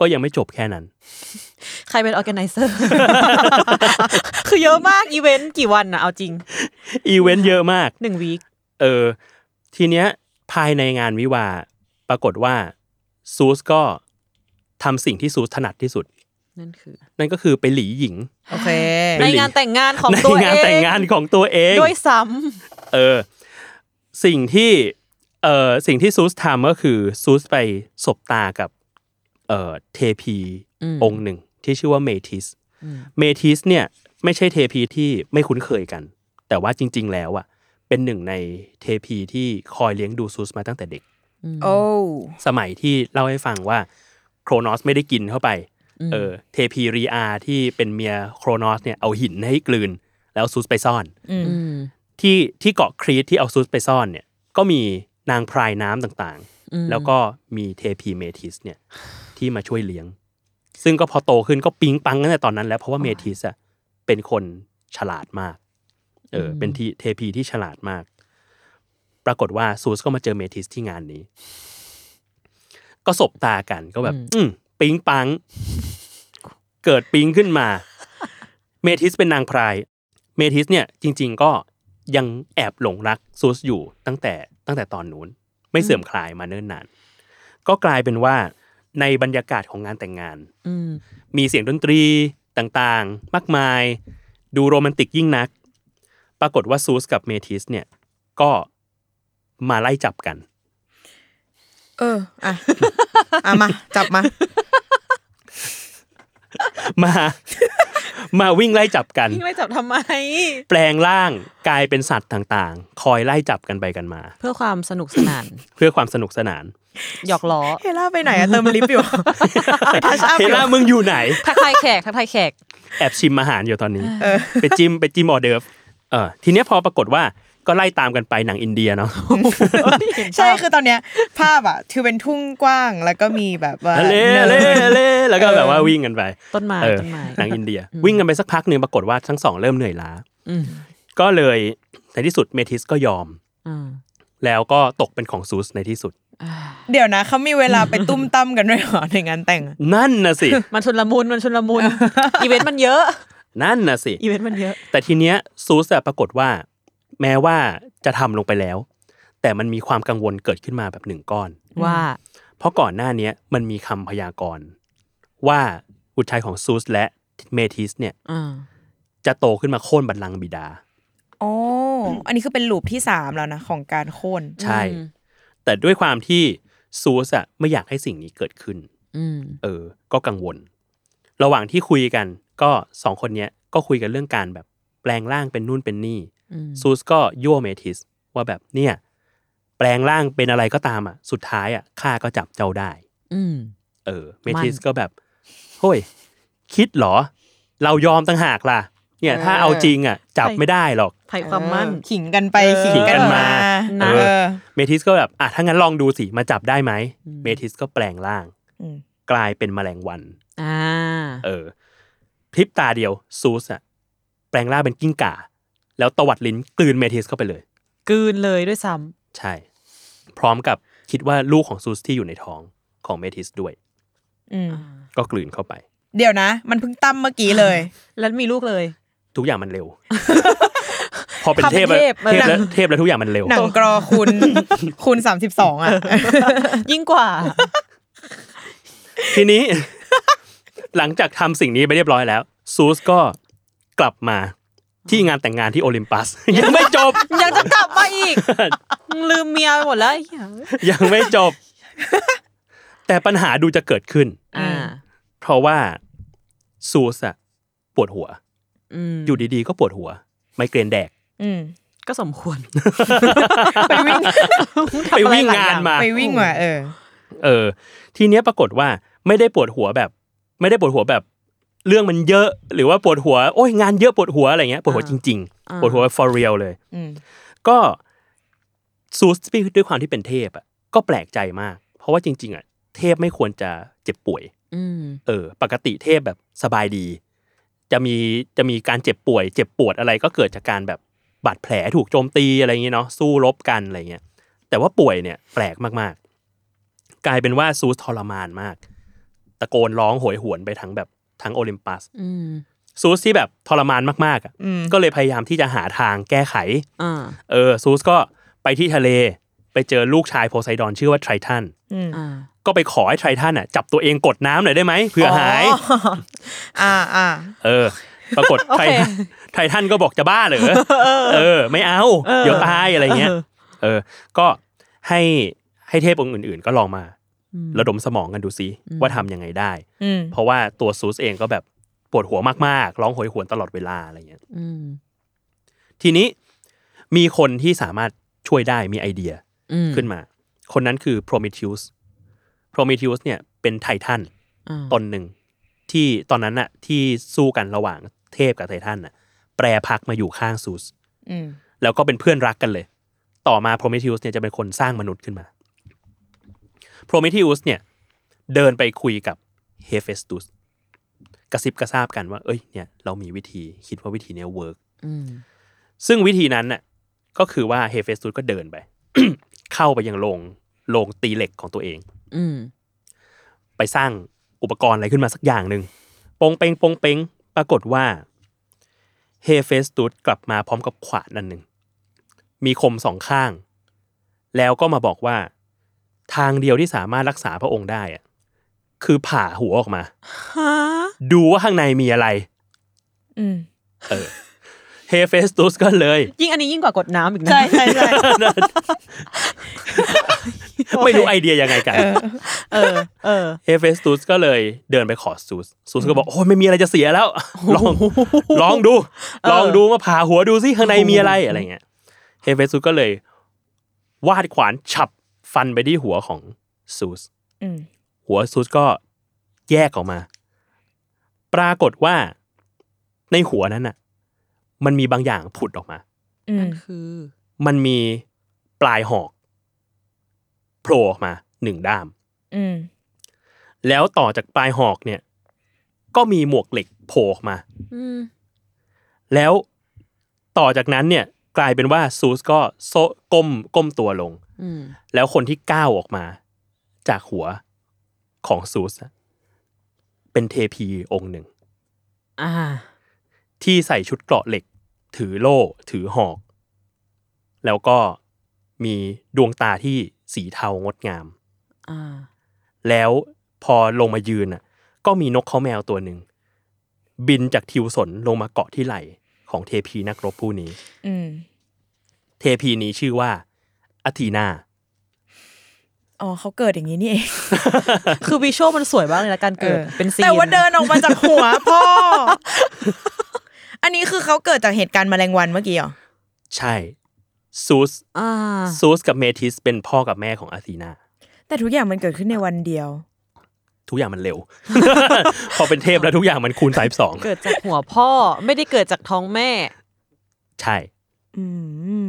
[SPEAKER 2] ก็ยังไม่จบแค่นั้น
[SPEAKER 4] ใครเป็นออแกไนเซอร์ คือเยอะมาก อีเวนต์กี่วันอะเอาจริง
[SPEAKER 2] อีเวนต์เยอะมาก
[SPEAKER 4] หนึ่งวีค
[SPEAKER 2] เออ ทีเนี้ยภายในงานวิวาห์ปรากฏว่าซูสก็ทำสิ่งที่ซูสถนัดที่สุด
[SPEAKER 4] นั่นคือ
[SPEAKER 2] นั่นก็คือไปหลีหญิง
[SPEAKER 3] โอเค
[SPEAKER 2] เป็
[SPEAKER 4] ใน
[SPEAKER 2] นลิง
[SPEAKER 4] งานแต่งงานของ
[SPEAKER 2] ใน
[SPEAKER 4] ตัวเอง
[SPEAKER 2] งานแต่งงานของตัวเอง
[SPEAKER 4] ด้วยซ้
[SPEAKER 2] เออสิ่งที่เออสิ่งที่ซูสทำก็คือซูสไปสบตากับเออเทพีองค์หนึ่งที่ชื่อว่าเมทิสเมทิสเนี่ยไม่ใช่เทพีที่ไม่คุ้นเคยกัน แต่ว่าจริง ๆ แล้วอ่ะเป็นหนึ่งในเทพีที่คอยเลี้ยงดูซูสมาตั้งแต่เด็ก
[SPEAKER 3] โอ้
[SPEAKER 2] สมัยที่เล่าให้ฟังว่าโครนอสไม่ได้กินเข้าไปเออเทพีรีอาที่เป็นเมียโครนอสเนี่ยเอาหินให้กลืน แล้วซูสไปซ่อน
[SPEAKER 3] อืม
[SPEAKER 4] ำอืม
[SPEAKER 2] ที่ที่เกาะครีตที่เอาซูสไปซ่อนเนี่ยก็มีนางพรายน้ำต่างๆ แล้วก็มีเทพีเมทิสเนี่ยที่มาช่วยเลี้ยง ซึ่งก็พอโตขึ้นก็ปิ๊งปังตั้งแต่ตอนนั้นแล้วเพราะว่าเมทิสอะเป็นคนฉลาดมากเอออเป็นที่เทพีที่ฉลาดมาก ปรากฏว่าซูสก็มาเจอเมทิสที่งานนี้ ก็สบตากันก็แบบ อืมปิ๊งปัง เกิดปิ๊งขึ้นมา เมทิสเป็นนางพราย เมทิสเนี่ยจริง ๆ ก็ยังแอบหลงรักซูสอยู่ตั้งแต่ตั้งแต่ตอนนู้น ไม่เสื่อมคลายมาเนิ่นนาน ก็กลายเป็นว่าในบรรยากาศของงานแต่งงาน
[SPEAKER 4] อืม
[SPEAKER 2] มีเสียงดนตรีต่างๆ มากมาย ดูโรแมนติกยิ่งนัก ปรากฏว่าซูสกับเมทิสเนี่ยก็มาไล่จับกัน
[SPEAKER 3] เออ อ่ะ อ่ะมา จับมา
[SPEAKER 2] มา มาวิ่งไล่จับกัน
[SPEAKER 4] พี่ไม่จับทำไม
[SPEAKER 2] แปลงร่างกลายเป็นสัตว์ต่างๆ คอยไล่จับกันไปกันมา
[SPEAKER 4] เพื่อความสนุกส นาน
[SPEAKER 2] เพื่อความสนุกสนาน
[SPEAKER 4] หยอกล้อ
[SPEAKER 3] เฮล่าไปไหน อะเติมลิฟต์อยู่ ไปทัชอัพ
[SPEAKER 2] เฮ
[SPEAKER 3] อยู่
[SPEAKER 2] ล่ามึงอยู่ไหน
[SPEAKER 4] ทักทายแขกทักทายแขก
[SPEAKER 2] แอบชิมอาหารอยู่ตอนนี้
[SPEAKER 3] เออ
[SPEAKER 2] ไปจิ้มไปจิ้มออเดิร์ฟเออทีเนี้ยพอปรากฏว่าก็ไล่ตามกันไปหนังอินเดียเนาะ
[SPEAKER 3] ใช่ คือตอนเนี้ย ภาพอะคือเป็นทุ่งกว้าง แล้วก็มีแบบว่า
[SPEAKER 2] เล่
[SPEAKER 3] นิ
[SPEAKER 2] เล่
[SPEAKER 3] น
[SPEAKER 2] เล่แล้วก็
[SPEAKER 3] เออ
[SPEAKER 2] แบบว่าวิ่งกันไป
[SPEAKER 4] ต้นไม้
[SPEAKER 2] เออ
[SPEAKER 4] ต้นไม้
[SPEAKER 2] หนังอินเดีย วิ่งกันไปสักพักหนึ่งปรากฏว่าทั้งสองเริ่มเหนื่อยล้า
[SPEAKER 4] อืม
[SPEAKER 2] ก็เลยในที่สุดเมทิสก็ยอม
[SPEAKER 4] อ่า
[SPEAKER 2] แล้วก็ตกเป็นของซูสในที่สุด
[SPEAKER 3] เดี๋ยวนะเขามีเวลาไปตุ้มตั้มกันด้วยเหรอในงานแต่งอะ
[SPEAKER 2] นั่นน่ะสิ
[SPEAKER 4] มันชุนละมุนมันชุนละมุน อีเวนต์มันเยอะ
[SPEAKER 2] นั่นน่ะสิ
[SPEAKER 4] อีเวนต์มันเยอะ
[SPEAKER 2] แต่ทีเนี้ยซูสอะปรากฏว่า แม้ว่าจะทำลงไปแล้ว แต่มันมีความกังวลเกิดขึ้นมาแบบหนึ่งก้อน
[SPEAKER 4] ว่า
[SPEAKER 2] เพราะก่อนหน้าเนี้ยมันมีคำพยากรณ์ว่าบุตรชายของซูสและเมทิสเนี่ย
[SPEAKER 4] อ่า
[SPEAKER 2] จะโตขึ้นมาโค่นบัลลังก์บิดา
[SPEAKER 3] โอ้อันนี้คือเป็นลูปที่สามแล้วนะของการโค่น
[SPEAKER 2] ใช่ แต่ด้วยความที่ซูสอะไม่อยากให้สิ่งนี้เกิดขึ้น
[SPEAKER 4] อืม
[SPEAKER 2] เออ ก็กังวล ระหว่างที่คุยกัน ก็สองคนเนี้ยก็คุยกันเรื่องการแบบแปลงร่างเป็นนู่นเป็นนี่
[SPEAKER 4] อืม
[SPEAKER 2] ซูสก็ยั่วเมทิสว่าแบบเนี่ย แปลงร่างเป็นอะไรก็ตามอะสุดท้ายอะข้าก็จับเจ้าได้
[SPEAKER 4] อืม
[SPEAKER 2] เออเม
[SPEAKER 4] มัน
[SPEAKER 2] ทิสก็แบบเฮ้ยคิดเหรอ เรายอมตั้งหากล่ะ เนี่ย
[SPEAKER 3] เออ
[SPEAKER 2] ถ้าเอาจริงอ่ะจับไม่ได้หรอก
[SPEAKER 4] ภัยความมั่น
[SPEAKER 3] ขิงกันไป
[SPEAKER 4] เออ
[SPEAKER 3] ขิงกันมา
[SPEAKER 2] ขิงกันมา
[SPEAKER 3] เออ
[SPEAKER 2] เมทิสก็แบบอ่ะถ้างั้นลองดูสิมาจับได้ไหมเมทิสก็แปลงร่าง
[SPEAKER 3] อืม
[SPEAKER 2] กลายเป็นแมลงวัน
[SPEAKER 4] อ่า
[SPEAKER 2] เออพริบตาเดียวซูสอ่ะแปลงร่างเป็นกิ้งก่า แล้วตวัดลิ้นกลืนเมทิสเข้าไปเลย
[SPEAKER 4] กลืนเลยด้วยซ้ำ
[SPEAKER 2] ใช่ พร้อมกับคิดว่าลูกของซูสที่อยู่ในท้องของเมทิสด้วย
[SPEAKER 3] อืม
[SPEAKER 2] ก็กลืนเข้าไป
[SPEAKER 3] เดี๋ยวนะ มันเพิ่งตั้มเมื่อกี้เลย
[SPEAKER 4] แล้วมีลูกเลย
[SPEAKER 2] ทุกอย่างมันเร็ว พอเป็น
[SPEAKER 4] พอ
[SPEAKER 2] เท
[SPEAKER 4] เป็
[SPEAKER 2] พ
[SPEAKER 4] น
[SPEAKER 2] แล้วเทพ
[SPEAKER 4] เทพเออ
[SPEAKER 2] แล้วเทพแล้วทุกอย่างมันเร็ว
[SPEAKER 3] หนังกรอคุณ คุณสามสิบสองอ่ะ
[SPEAKER 4] ยิ่งกว่า
[SPEAKER 2] ทีนี้ หลังจากทำสิ่งนี้ไปเรียบร้อยแล้ว ซูสก็กลับมาที่งานแต่งงานที่โอลิมปัส ยังไม่จบ
[SPEAKER 4] ยังจะกลับมาอีก มึงลืมเมียไปหมดแล้วไอ้เหี้ย
[SPEAKER 2] ยังไม่จบ แต่ปัญหาดูจะเกิดขึ้น
[SPEAKER 4] อ่า
[SPEAKER 2] เพราะว่าซูสอะปวดหัว
[SPEAKER 4] อืม
[SPEAKER 2] อยู่ดีๆ ก็ปวดหัว ไมเกรนแดก
[SPEAKER 3] อืม
[SPEAKER 4] ก็สมคว ร
[SPEAKER 3] ไปวิ่ ง
[SPEAKER 2] ไปวิ่งงานมา
[SPEAKER 3] ไปวิ่งว่ะเออ
[SPEAKER 2] เออ ทีเนี้ยปรากฏว่าไม่ได้ปวดหัวแบบ ไม่ได้ปวดหัวแบบ เรื่องมันเยอะ หรือว่าปวดหัว โอ้ยงานเยอะปวดหัวอะไรเงี้ยปวดหัวจริง
[SPEAKER 4] อ่า
[SPEAKER 2] ๆ ปวดหัว for real เลย
[SPEAKER 3] อืม
[SPEAKER 2] ก็ซูสปีด้วยความที่เป็นเทพอ่ะก็แปลกใจมาก เพราะว่าจริง ๆอ่ะเทพไม่ควรจะเจ็บป่วย
[SPEAKER 4] อืม
[SPEAKER 2] เออ ปกติเทพแบบสบายดี จะมีจะมีการเจ็บป่วย เจ็บปวดอะไรก็เกิดจากการแบบบาดแผลถูกโจมตีอะไรอย่างเงี้ยเนาะสู้รบกันอะไรเงี้ยแต่ว่าป่วยเนี่ยแปลกมากๆ กลายเป็นว่าซูสทรมานมาก ตะโกนร้องโหยหวนไปทั้งแบบทั้งโอลิมปัส
[SPEAKER 4] อืม
[SPEAKER 2] ซูสที่แบบทรมานมากๆอ่ะ
[SPEAKER 3] อืม
[SPEAKER 2] ก็เลยพยายามที่จะหาทางแก้ไข
[SPEAKER 4] อ่า
[SPEAKER 2] เออซูสก็ไปที่ทะเลไปเจอลูกชายโพไซดอนชื่อว่าไททัน
[SPEAKER 3] อืม
[SPEAKER 4] อ่า
[SPEAKER 2] ก็ไปขอให้ไททันอ่ะจับตัวเองกดน้ำหน่อยได้ไหมเผื่อหาย
[SPEAKER 3] อ่าอ่า
[SPEAKER 2] เออ ปรากฏ
[SPEAKER 4] โอ
[SPEAKER 2] ไท
[SPEAKER 4] เค
[SPEAKER 2] ทันไททันก็บอกจะบ้าเหรอเออ ไม่เอา เดี๋ยวตายอะไรเงี้ยเออ ก็ให้ให้เทพองค์อื่น ๆ ก็ลองมา ระดมสมองกันดูซิว่าทำยังไงได้
[SPEAKER 3] อืม
[SPEAKER 2] เพราะว่าตัวซูสเองก็แบบปวดหัวมากๆร้องโหยหวนตลอดเวลาอะไรเงี้ย
[SPEAKER 4] อืม
[SPEAKER 2] ทีนี้มีคนที่สามารถช่วยได้มีไอเดีย
[SPEAKER 4] อืม
[SPEAKER 2] ขึ้นมา คนนั้นคือ Prometheus Prometheus เนี่ยเป็นไททัน
[SPEAKER 4] อ่า
[SPEAKER 2] ตนหนึ่ง ที่ตอนนั้นน่ะที่สู้กันระหว่างเทพกับไททันน่ะแปรพักมาอยู่ข้างซูส
[SPEAKER 3] อืม
[SPEAKER 2] แล้วก็เป็นเพื่อนรักกันเลย ต่อมา Prometheus เนี่ยจะเป็นคนสร้างมนุษย์ขึ้นมา Prometheus เนี่ยเดินไปคุยกับเฮเฟสตุสกระซิบกระซาบกันว่า เอ้ยเนี่ยเรามีวิธีคิดว่าวิธีเนี้ยเวิร์ก
[SPEAKER 4] อืม
[SPEAKER 2] ซึ่งวิธีนั้นน่ะก็คือว่าเฮเฟสตุสก็เดินไป เข้าไปยังโรงโรงตีเหล็กของตัวเอง
[SPEAKER 4] อืม
[SPEAKER 2] ไปสร้างอุปกรณ์อะไรขึ้นมาสักอย่างหนึ่งปงเปงปงเปงปรากฏว่าเฮเฟสตุสกลับมาพร้อมกับขวานนั่นหนึ่ง มีคมสองข้าง แล้วก็มาบอกว่า ทางเดียวที่สามารถรักษาพระองค์ได้อะคือผ่าหัวออกมา
[SPEAKER 4] ฮะ
[SPEAKER 2] ดูว่าข้างในมีอะไร
[SPEAKER 3] อืม
[SPEAKER 2] เออเฮเฟสตุสก็เลย
[SPEAKER 4] ยิ่งอันนี้ยิ่งกว่ากดน้ำอีกนะ
[SPEAKER 3] ใช่ใช่ใช่
[SPEAKER 2] ไม่รู้ไอเดียยังไงกัน
[SPEAKER 4] เออ เออ
[SPEAKER 2] เฮเฟสตุสก็เลยเดินไปขอซูสซูสก็บอกโอ้ยไม่มีอะไรจะเสียแล้ว ลองลองดู ลองดูมาผ่าหัวดูซิข้างในมีอะไรอะไรเงี้ยเฮเฟสตุสก็เลย วาดขวานฉับฟันไปที่หัวของซูส
[SPEAKER 3] อืม
[SPEAKER 2] หัวซูสก็แยกออกมา ปรากฏว่าในหัวนั้นน่ะ มันมีบางอย่างผุดออกมา
[SPEAKER 3] อืม
[SPEAKER 4] นั่นคือ
[SPEAKER 2] มันมีปลายหอกโผล่ออกมาหนึ่งด้าม
[SPEAKER 3] อืม
[SPEAKER 2] แล้วต่อจากปลายหอกเนี่ย ก็มีหมวกเหล็กโผล่ออกมา
[SPEAKER 4] อืม
[SPEAKER 2] แล้วต่อจากนั้นเนี่ยกลายเป็นว่าซูสก็โซะก้มก้มตัวลง
[SPEAKER 4] อืม
[SPEAKER 2] แล้วคนที่ก้าวออกมา จากหัวของซูสอะเป็นเทพีองค์หนึ่ง
[SPEAKER 4] อ่า
[SPEAKER 2] ที่ใส่ชุดเกราะเหล็ก ถือโล่ ถือหอก แล้วก็มีดวงตาที่สีเทางดงาม
[SPEAKER 4] อ่า
[SPEAKER 2] แล้วพอลงมายืนอ่ะ ก็มีนกเขาแมวตัวหนึ่ง บินจากทิวสนลงมาเกาะที่ไหล่ของเทพีนักรบผู้นี้
[SPEAKER 3] อืม
[SPEAKER 2] เทพีนี้ชื่อว่าอาทีนา
[SPEAKER 3] อ๋อเขาเกิดอย่างนี้นี่เอง
[SPEAKER 4] คือวิชวลมันสวยมากเลยนะการเกิด เป็นซี น
[SPEAKER 3] แต่ว่าเดินออกมาจากหัวพ่อ อันนี้คือเขาเกิดจากเหตุการณ์แมลงวันเมื่อกี้เหรอ
[SPEAKER 2] ใช่ซูส
[SPEAKER 4] อ่า
[SPEAKER 2] ซูสกับเมทิสเป็นพ่อกับแม่ของอาทีนา
[SPEAKER 3] แต่ทุกอย่างมันเกิดขึ้นในวันเดียว
[SPEAKER 2] ทุกอย่างมันเร็ว พอเป็นเทพแล้วทุกอย่างมันคูณสายสอง
[SPEAKER 4] เกิดจากหัวพ่อไม่ได้เกิดจากท้องแม่
[SPEAKER 2] ใช่
[SPEAKER 3] อืม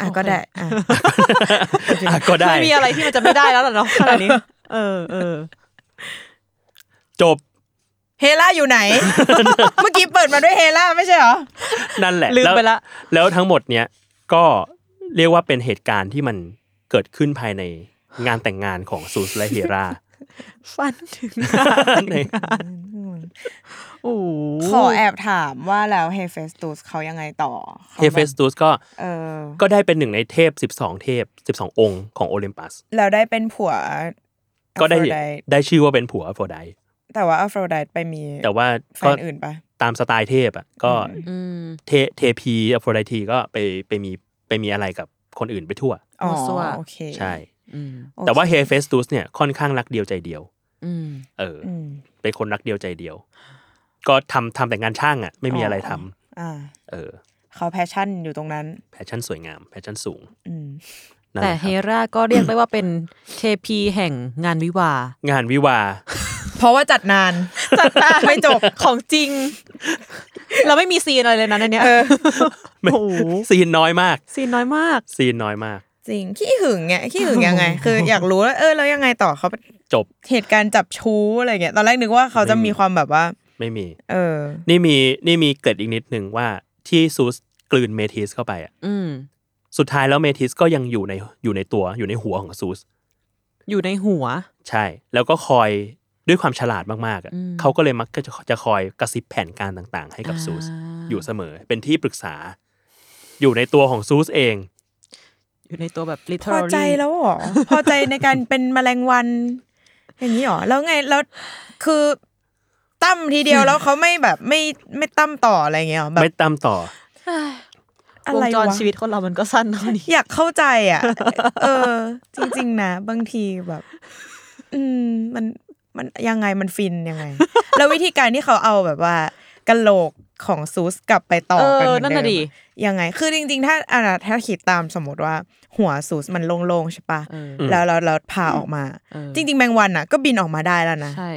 [SPEAKER 3] อ่ะก็ได้ อ่ะ
[SPEAKER 2] อ่ะก็ได้
[SPEAKER 4] ไม่มีอะไรที่มันจะไม่ได้แล้วล่ะเนาะข นาดนี้ เออเออ
[SPEAKER 2] จบ
[SPEAKER 3] เฮล่า อยู่ไหน เมื่อกี้เปิดมาด้วยเฮล่าไม่ใช่เหรอ
[SPEAKER 2] นั่นแหละ
[SPEAKER 4] ลืมไป
[SPEAKER 2] แว
[SPEAKER 4] ละ
[SPEAKER 2] แล้วทั้งหมดเนี้ยก็เรียกว่าเป็นเหตุการณ์ที่มันเกิดขึ้นภายในงานแต่งงานของซูสและเฮรา
[SPEAKER 4] ฟันถึง
[SPEAKER 2] ใน
[SPEAKER 4] โอ้โห
[SPEAKER 3] ขอแอบถามว่าแล้วเฮเฟสตูสเขายังไงต่อขา
[SPEAKER 2] เฮเฟสตูสก็
[SPEAKER 3] เออ
[SPEAKER 2] ก็ได้เป็นหนึ่งในเทพ 12 เทพ 12 องค์ของโอลิมปัส
[SPEAKER 3] แล้วได้เป็นผัว
[SPEAKER 2] ก็ได้
[SPEAKER 3] อโฟรไดต์
[SPEAKER 2] ได้ชื่อว่าเป็นผัวโฟไดต์
[SPEAKER 3] แต่ว่าอโฟรไดต์ไปมี
[SPEAKER 2] แต่ว่า
[SPEAKER 3] แฟ
[SPEAKER 2] ก็
[SPEAKER 3] นอื่นปะ
[SPEAKER 2] ตามสไตล์เทพอ่ะก็
[SPEAKER 4] อืม
[SPEAKER 2] เทเทพีอโฟไดทีก็ไปไปมีไปมีอะไรกับคนอื่นไปทั่ว
[SPEAKER 3] อ๋อ
[SPEAKER 4] มั่วซั่ว
[SPEAKER 3] โอเค
[SPEAKER 2] ใช่
[SPEAKER 4] อืม
[SPEAKER 3] โอค
[SPEAKER 2] แต่ว่าเฮเฟสตูสเนี่ยค่อนข้างรักเดียวใจเดียว
[SPEAKER 4] อืม
[SPEAKER 2] เอออ
[SPEAKER 3] อืม
[SPEAKER 2] เป็นคนรักเดียวใจเดียว ก็ทำทำแต่งงานช่างอ่ะไม่มีอะไรทำ
[SPEAKER 3] อ่า
[SPEAKER 2] เออ
[SPEAKER 3] เขาแพชชั่นอยู่ตรงนั้น
[SPEAKER 2] แพชชั่นสวยงาม แพชชั่นสูง
[SPEAKER 3] อืม
[SPEAKER 2] นั่นห
[SPEAKER 4] แต่
[SPEAKER 2] ละค
[SPEAKER 4] เฮ
[SPEAKER 2] รับ
[SPEAKER 4] ราก็เรียกได้ว่าเป็นเทพีแห่งงานวิวา ห์
[SPEAKER 2] งานวิวา
[SPEAKER 3] เพราะว่าจัดนาน จัดนานไม่จบ
[SPEAKER 4] ของจริง เราไม่มีซีนอะไรเลยนะในเนี้ย
[SPEAKER 2] ไม่ ซีนน้อยมาก
[SPEAKER 4] ซีนน้อยมาก
[SPEAKER 2] ซีนน้อยมาก
[SPEAKER 3] จริง ขี้หึงไงขี้หึงยังไง คืออยากรู้ว่าเออแล้วยังไงต่อเขา
[SPEAKER 2] จบ
[SPEAKER 3] เหตุการณ์จับชู้อะไรเงี้ย ตอนแรกนึกว่าเขาจะมีความแบบว่า
[SPEAKER 2] ไม่มี
[SPEAKER 3] เออ
[SPEAKER 2] นี่มีนี่มีเกร็ดอีกนิดหนึ่งว่าที่ซูสกลืนเมทิสเข้าไปอ่ะ
[SPEAKER 4] อืม
[SPEAKER 2] สุดท้ายแล้วเมทิสก็ยังอยู่ในอยู่ในตัวอยู่ในหัวของซูส
[SPEAKER 4] อยู่ในหัว
[SPEAKER 2] ใช่ แล้วก็คอยด้วยความฉลาดมากๆอะ
[SPEAKER 4] อืม
[SPEAKER 2] เขาก็เลยมักจะจะคอยกระซิบแผนการต่างๆ ให้กับซูสอยู่เสมอเป็นที่ปรึกษา อยู่ในตัวของซูสเอง
[SPEAKER 4] อยู่ในตัวแบบ
[SPEAKER 3] พอ
[SPEAKER 4] literally
[SPEAKER 3] ใจแล้วเหรอ พอใจในการเป็นแมลงวัน อย่างนี้เหรอ แล้วไงแล้วคือตั้มทีเดียวแล้วเขาไม่แบบไม่ไม่ตั้มต่ออะไรเงี้ยเหรอแบบ
[SPEAKER 2] ไม่ตามต่อ
[SPEAKER 3] อะ
[SPEAKER 4] วง
[SPEAKER 3] ไร
[SPEAKER 4] จร
[SPEAKER 3] วะ
[SPEAKER 4] ชีวิตคนเรามันก็สั้นเท่านี้
[SPEAKER 3] อยากเข้าใจอ่ะ เออ จริง ๆ นะ บางทีแบบ อืมมันมันยังไงมันฟินยังไง แล้ววิธีการที่เขาเอาแบบว่ากะโหลกของซูสกลับไปต่อ
[SPEAKER 4] เอ
[SPEAKER 3] กันเห
[SPEAKER 4] อ
[SPEAKER 3] มือน
[SPEAKER 4] นั่น
[SPEAKER 3] เดิ
[SPEAKER 4] น่ะ
[SPEAKER 3] ม
[SPEAKER 4] ดิ
[SPEAKER 3] อะยังไง คือจริง ๆ ถ้าอ่ะถ้าคิดตามสมมติว่า หัวซูสมันโล่งๆใช่ปะ
[SPEAKER 4] เออ
[SPEAKER 3] แล้วเราเราพาออกมา
[SPEAKER 4] เออ
[SPEAKER 3] จริงๆแมงวันน่ะก็บินออกมาได้แล้วนะ
[SPEAKER 4] ใช่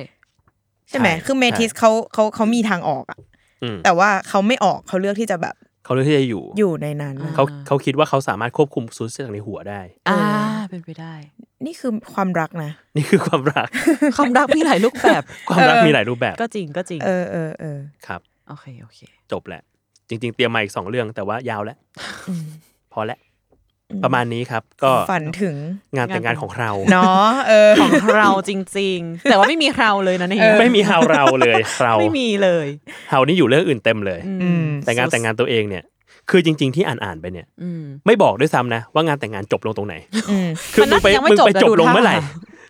[SPEAKER 3] ใช่ไหม
[SPEAKER 2] ใช่
[SPEAKER 3] คือเมทิส
[SPEAKER 2] ใช่
[SPEAKER 3] เขาเขาเขามีทางออกอะ
[SPEAKER 2] อืม
[SPEAKER 3] แต่ว่าเขาไม่ออกเขาเลือกที่จะแบบ
[SPEAKER 2] เขาเลือกที่จะอยู่
[SPEAKER 3] อยู่ในนั้นน่ะ
[SPEAKER 2] เขาเขาคิดว่าเขาสามารถควบคุมซูสจากในหัวได้
[SPEAKER 4] อ่า เป็นไปได้
[SPEAKER 3] นี่คือความรักนะ
[SPEAKER 2] นี่คือความรัก
[SPEAKER 4] ความรักมีหลายรูปแบบ
[SPEAKER 2] ความรักมีหลายรูปแบบ
[SPEAKER 4] ก็จริงก็จริง
[SPEAKER 3] เออเออเออ
[SPEAKER 2] ครับ
[SPEAKER 4] โอเค โอเค
[SPEAKER 2] จบแหละ จริง ๆ เตรียมมาอีกสองเรื่องแต่ว่ายาวแล้วพอแล้วประมาณนี้ครับ ก็
[SPEAKER 3] ฝันถึง
[SPEAKER 2] งานแต่งงานของเรา
[SPEAKER 3] เนาะเออ
[SPEAKER 4] ของเราจริง ๆ แต่ว่าไม่มีเราเลยนะในเฮีย
[SPEAKER 2] ไม่มีเฮาเราเลยเรา
[SPEAKER 4] ไม่มีเลย
[SPEAKER 2] เฮานี่อยู่เรื่องอื่นเต็มเลย
[SPEAKER 3] อืม
[SPEAKER 2] แต่งานแต่งงานตัวเองเนี่ย คือจริง ๆ ที่อ่านอ่านๆไปเนี่ย
[SPEAKER 4] อืม
[SPEAKER 2] ไม่บอกด้วยซ้ำนะว่างานแต่งงานจบลงตรงไหน
[SPEAKER 3] อืม
[SPEAKER 2] คือ
[SPEAKER 4] มัน
[SPEAKER 2] มึ
[SPEAKER 4] น่าง
[SPEAKER 2] ไป
[SPEAKER 4] จะยังไม่
[SPEAKER 2] มึงไป
[SPEAKER 4] จ
[SPEAKER 2] จ
[SPEAKER 4] บบ นะ
[SPEAKER 2] ลงเมื่อไหร่
[SPEAKER 4] ดูท่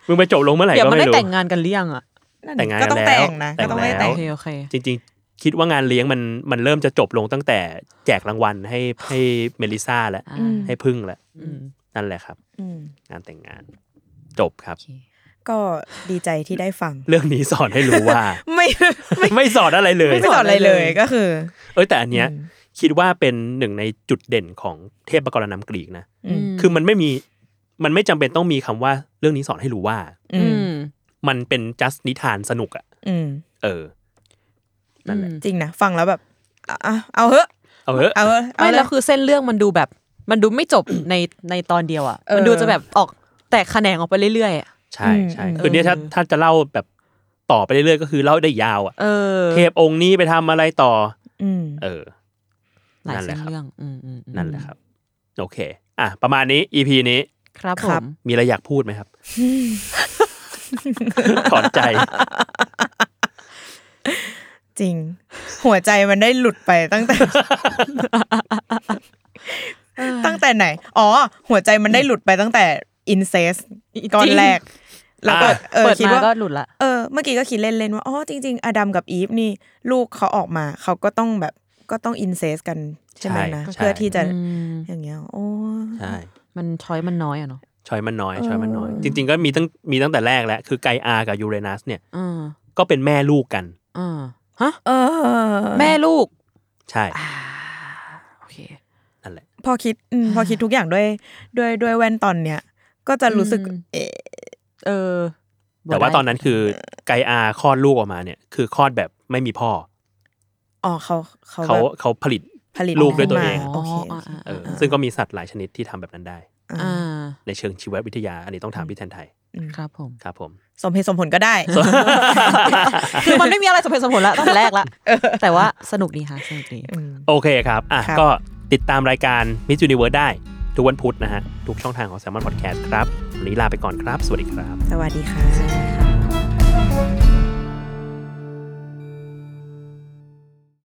[SPEAKER 2] มึงไปจบลงเมื่อไหร่
[SPEAKER 4] เดี๋ยว
[SPEAKER 2] ก็
[SPEAKER 4] มัน
[SPEAKER 2] ไม่
[SPEAKER 4] ได้
[SPEAKER 2] รู้
[SPEAKER 4] แต่งงานกันหรือยังอ่ะ
[SPEAKER 3] นั่น
[SPEAKER 2] แต่งงาน
[SPEAKER 3] ก็ต้อง
[SPEAKER 2] แล้
[SPEAKER 3] แต่
[SPEAKER 2] ว
[SPEAKER 3] งนะ
[SPEAKER 2] แต่ง
[SPEAKER 3] ก็ต้องได้
[SPEAKER 2] แล้ว
[SPEAKER 3] แต่ง
[SPEAKER 4] โอเคโอเค
[SPEAKER 2] จริง ๆ คิดว่างานเลี้ยงมันมันเริ่มจะจบลงตั้งแต่แจกรางวัลให้ให้เมลิซาแล้ว
[SPEAKER 4] อ่า
[SPEAKER 2] ให้พึ่งแล้ว
[SPEAKER 4] อืม
[SPEAKER 2] นั่นแหละครับ
[SPEAKER 3] อืม
[SPEAKER 2] งานแต่งงานจบครับ
[SPEAKER 3] ก็ดีใจที่ได้ฟัง
[SPEAKER 2] เรื่องนี้สอนให้รู้ว่า
[SPEAKER 3] ไม่ไม่
[SPEAKER 2] ไม่สอนอะไรเลย
[SPEAKER 3] ไม่สอนอะไรเลยก็คือ
[SPEAKER 2] เอ้ยแต่อันเนี้ยคิดว่าเป็นหนึ่งในจุดเด่นของเทพกรณำกรีกนะ
[SPEAKER 3] อืม
[SPEAKER 2] คือมันไม่มีมันไม่จำเป็นต้องมีคำว่าเรื่องนี้สอนให้รู้ว่า
[SPEAKER 3] อื
[SPEAKER 4] อื
[SPEAKER 3] ม
[SPEAKER 4] ม
[SPEAKER 2] มันเป็น just นิทานสนุกอะ
[SPEAKER 3] อืม
[SPEAKER 2] เออ นั่นแหละ
[SPEAKER 3] จริงนะฟังแล้วแบบอ่ะอ่ะเอาเหอะ
[SPEAKER 2] เอาเถอะ
[SPEAKER 3] เอาเหอะเอา
[SPEAKER 4] ไม่
[SPEAKER 3] เย
[SPEAKER 4] แล้วคือเส้นเรื่องมันดูแบบ มันดูไม่จบ ในในตอนเดียวอ่ะ มันดูจะแบบออกแตกแขนงออกไปเรื่อยๆอะ
[SPEAKER 2] ใช่ใช่
[SPEAKER 3] อืม
[SPEAKER 2] คือเนี้ยถ้าถ้าจะเล่าแบบต่อไปเรื่อยๆ ก็คือเล่าได้ยาวอะ
[SPEAKER 4] เออ
[SPEAKER 2] เทพองค์นี้ไปทำอะไรต่อ
[SPEAKER 3] อืม
[SPEAKER 2] เออ
[SPEAKER 4] หลาย
[SPEAKER 2] นั่นแห
[SPEAKER 4] เส้
[SPEAKER 2] ละค
[SPEAKER 4] น
[SPEAKER 2] รับ
[SPEAKER 4] เรื่อง อืมอืมอืม
[SPEAKER 2] นั่นแหละครับ โอเค อ่ะ ประมาณนี้ EP นี้
[SPEAKER 4] ครับผ
[SPEAKER 3] ครับ
[SPEAKER 4] ม
[SPEAKER 2] มีอะไรอยากพูดไหมครับ ถอนใจ
[SPEAKER 3] จริง หัวใจมันได้หลุดไปตั้งแต่ ตั้งแต่ไหน อ๋อ หัวใจมันได้หลุดไปตั้งแต่อินเซสตอนแรก แล้วก็
[SPEAKER 2] อ่ะ
[SPEAKER 3] เออ
[SPEAKER 4] เปิด
[SPEAKER 3] คิด
[SPEAKER 4] มา
[SPEAKER 3] ว่า
[SPEAKER 4] ก็หลุดละ
[SPEAKER 3] เออเมื่อกี้ก็คิดเล่น ๆ ว่า อ๋อ จริง ๆ อดัมกับอีฟนี่ ลูกเขาออกมา เขาก็ต้องแบบก็ต้องอินเซสกันใช่ไหมนะ
[SPEAKER 2] ใช่
[SPEAKER 3] เพื่อที่จะ
[SPEAKER 4] อืม
[SPEAKER 3] อย่างเงี้ยโอ้
[SPEAKER 2] ใช่
[SPEAKER 4] มันช้อยมันน้อยอ่ะเนาะ
[SPEAKER 2] ชอยมันน้อยชอยมันน้อย
[SPEAKER 3] เออ
[SPEAKER 2] จริง ๆ ก็มีตั้งมีตั้งแต่แรกแล้วคือไกอากับยูเรนัสเนี่ย
[SPEAKER 4] อ่า
[SPEAKER 2] ก็เป็นแม่ลูกกัน
[SPEAKER 4] อ่าฮะ
[SPEAKER 3] เออ
[SPEAKER 4] แม่ลูก
[SPEAKER 2] ใช่
[SPEAKER 4] อ่า โอเค
[SPEAKER 2] นั่นแหละ
[SPEAKER 3] พอคิดอืมพอคิดทุกอย่างด้วยด้วยด้วยแว่นตอนเนี้ยก็จะรู้สึก
[SPEAKER 4] อืม
[SPEAKER 3] เอะ
[SPEAKER 4] เออ บ่ได้
[SPEAKER 2] แต่ว่าตอนนั้นคือไกอาคลอดลูกออกมาเนี่ย คือคลอดแบบไม่มีพ่อ
[SPEAKER 3] อ๋อเขาเขา
[SPEAKER 2] เขา
[SPEAKER 3] แบบ
[SPEAKER 2] เขาผลิต
[SPEAKER 3] ผลิต
[SPEAKER 2] ลูกด้วยตัวเอง
[SPEAKER 3] ขึ้นมาโอเคโอเค
[SPEAKER 2] เออซึ่งก็มีสัตว์หลายชนิดที่ทำแบบนั้นได้
[SPEAKER 3] อ่า
[SPEAKER 4] อ่า
[SPEAKER 2] ในเชิงชีววิทยา อันนี้ต้องถามพี่แทนไทย
[SPEAKER 4] ครับผม
[SPEAKER 2] ครับผม
[SPEAKER 3] สมเหตุสมผลก็ได้
[SPEAKER 4] คือมันไม่มีอะไรสมเหตุสมผลละตั้งแต่แรก ละแต่ว่าสนุกดีค่ะสนุกดี
[SPEAKER 2] โอเคครับ อ่ะ
[SPEAKER 3] ครับ
[SPEAKER 2] ก็ติดตามรายการ Miss Universe ได้ ทุกวันพุธนะฮะ ทุกช่องทางของ s ซ l m o n Podcast ครับ วันนี้ลาไปก่อนครับ สวัสดีครับ
[SPEAKER 3] สวัสดีค่ะ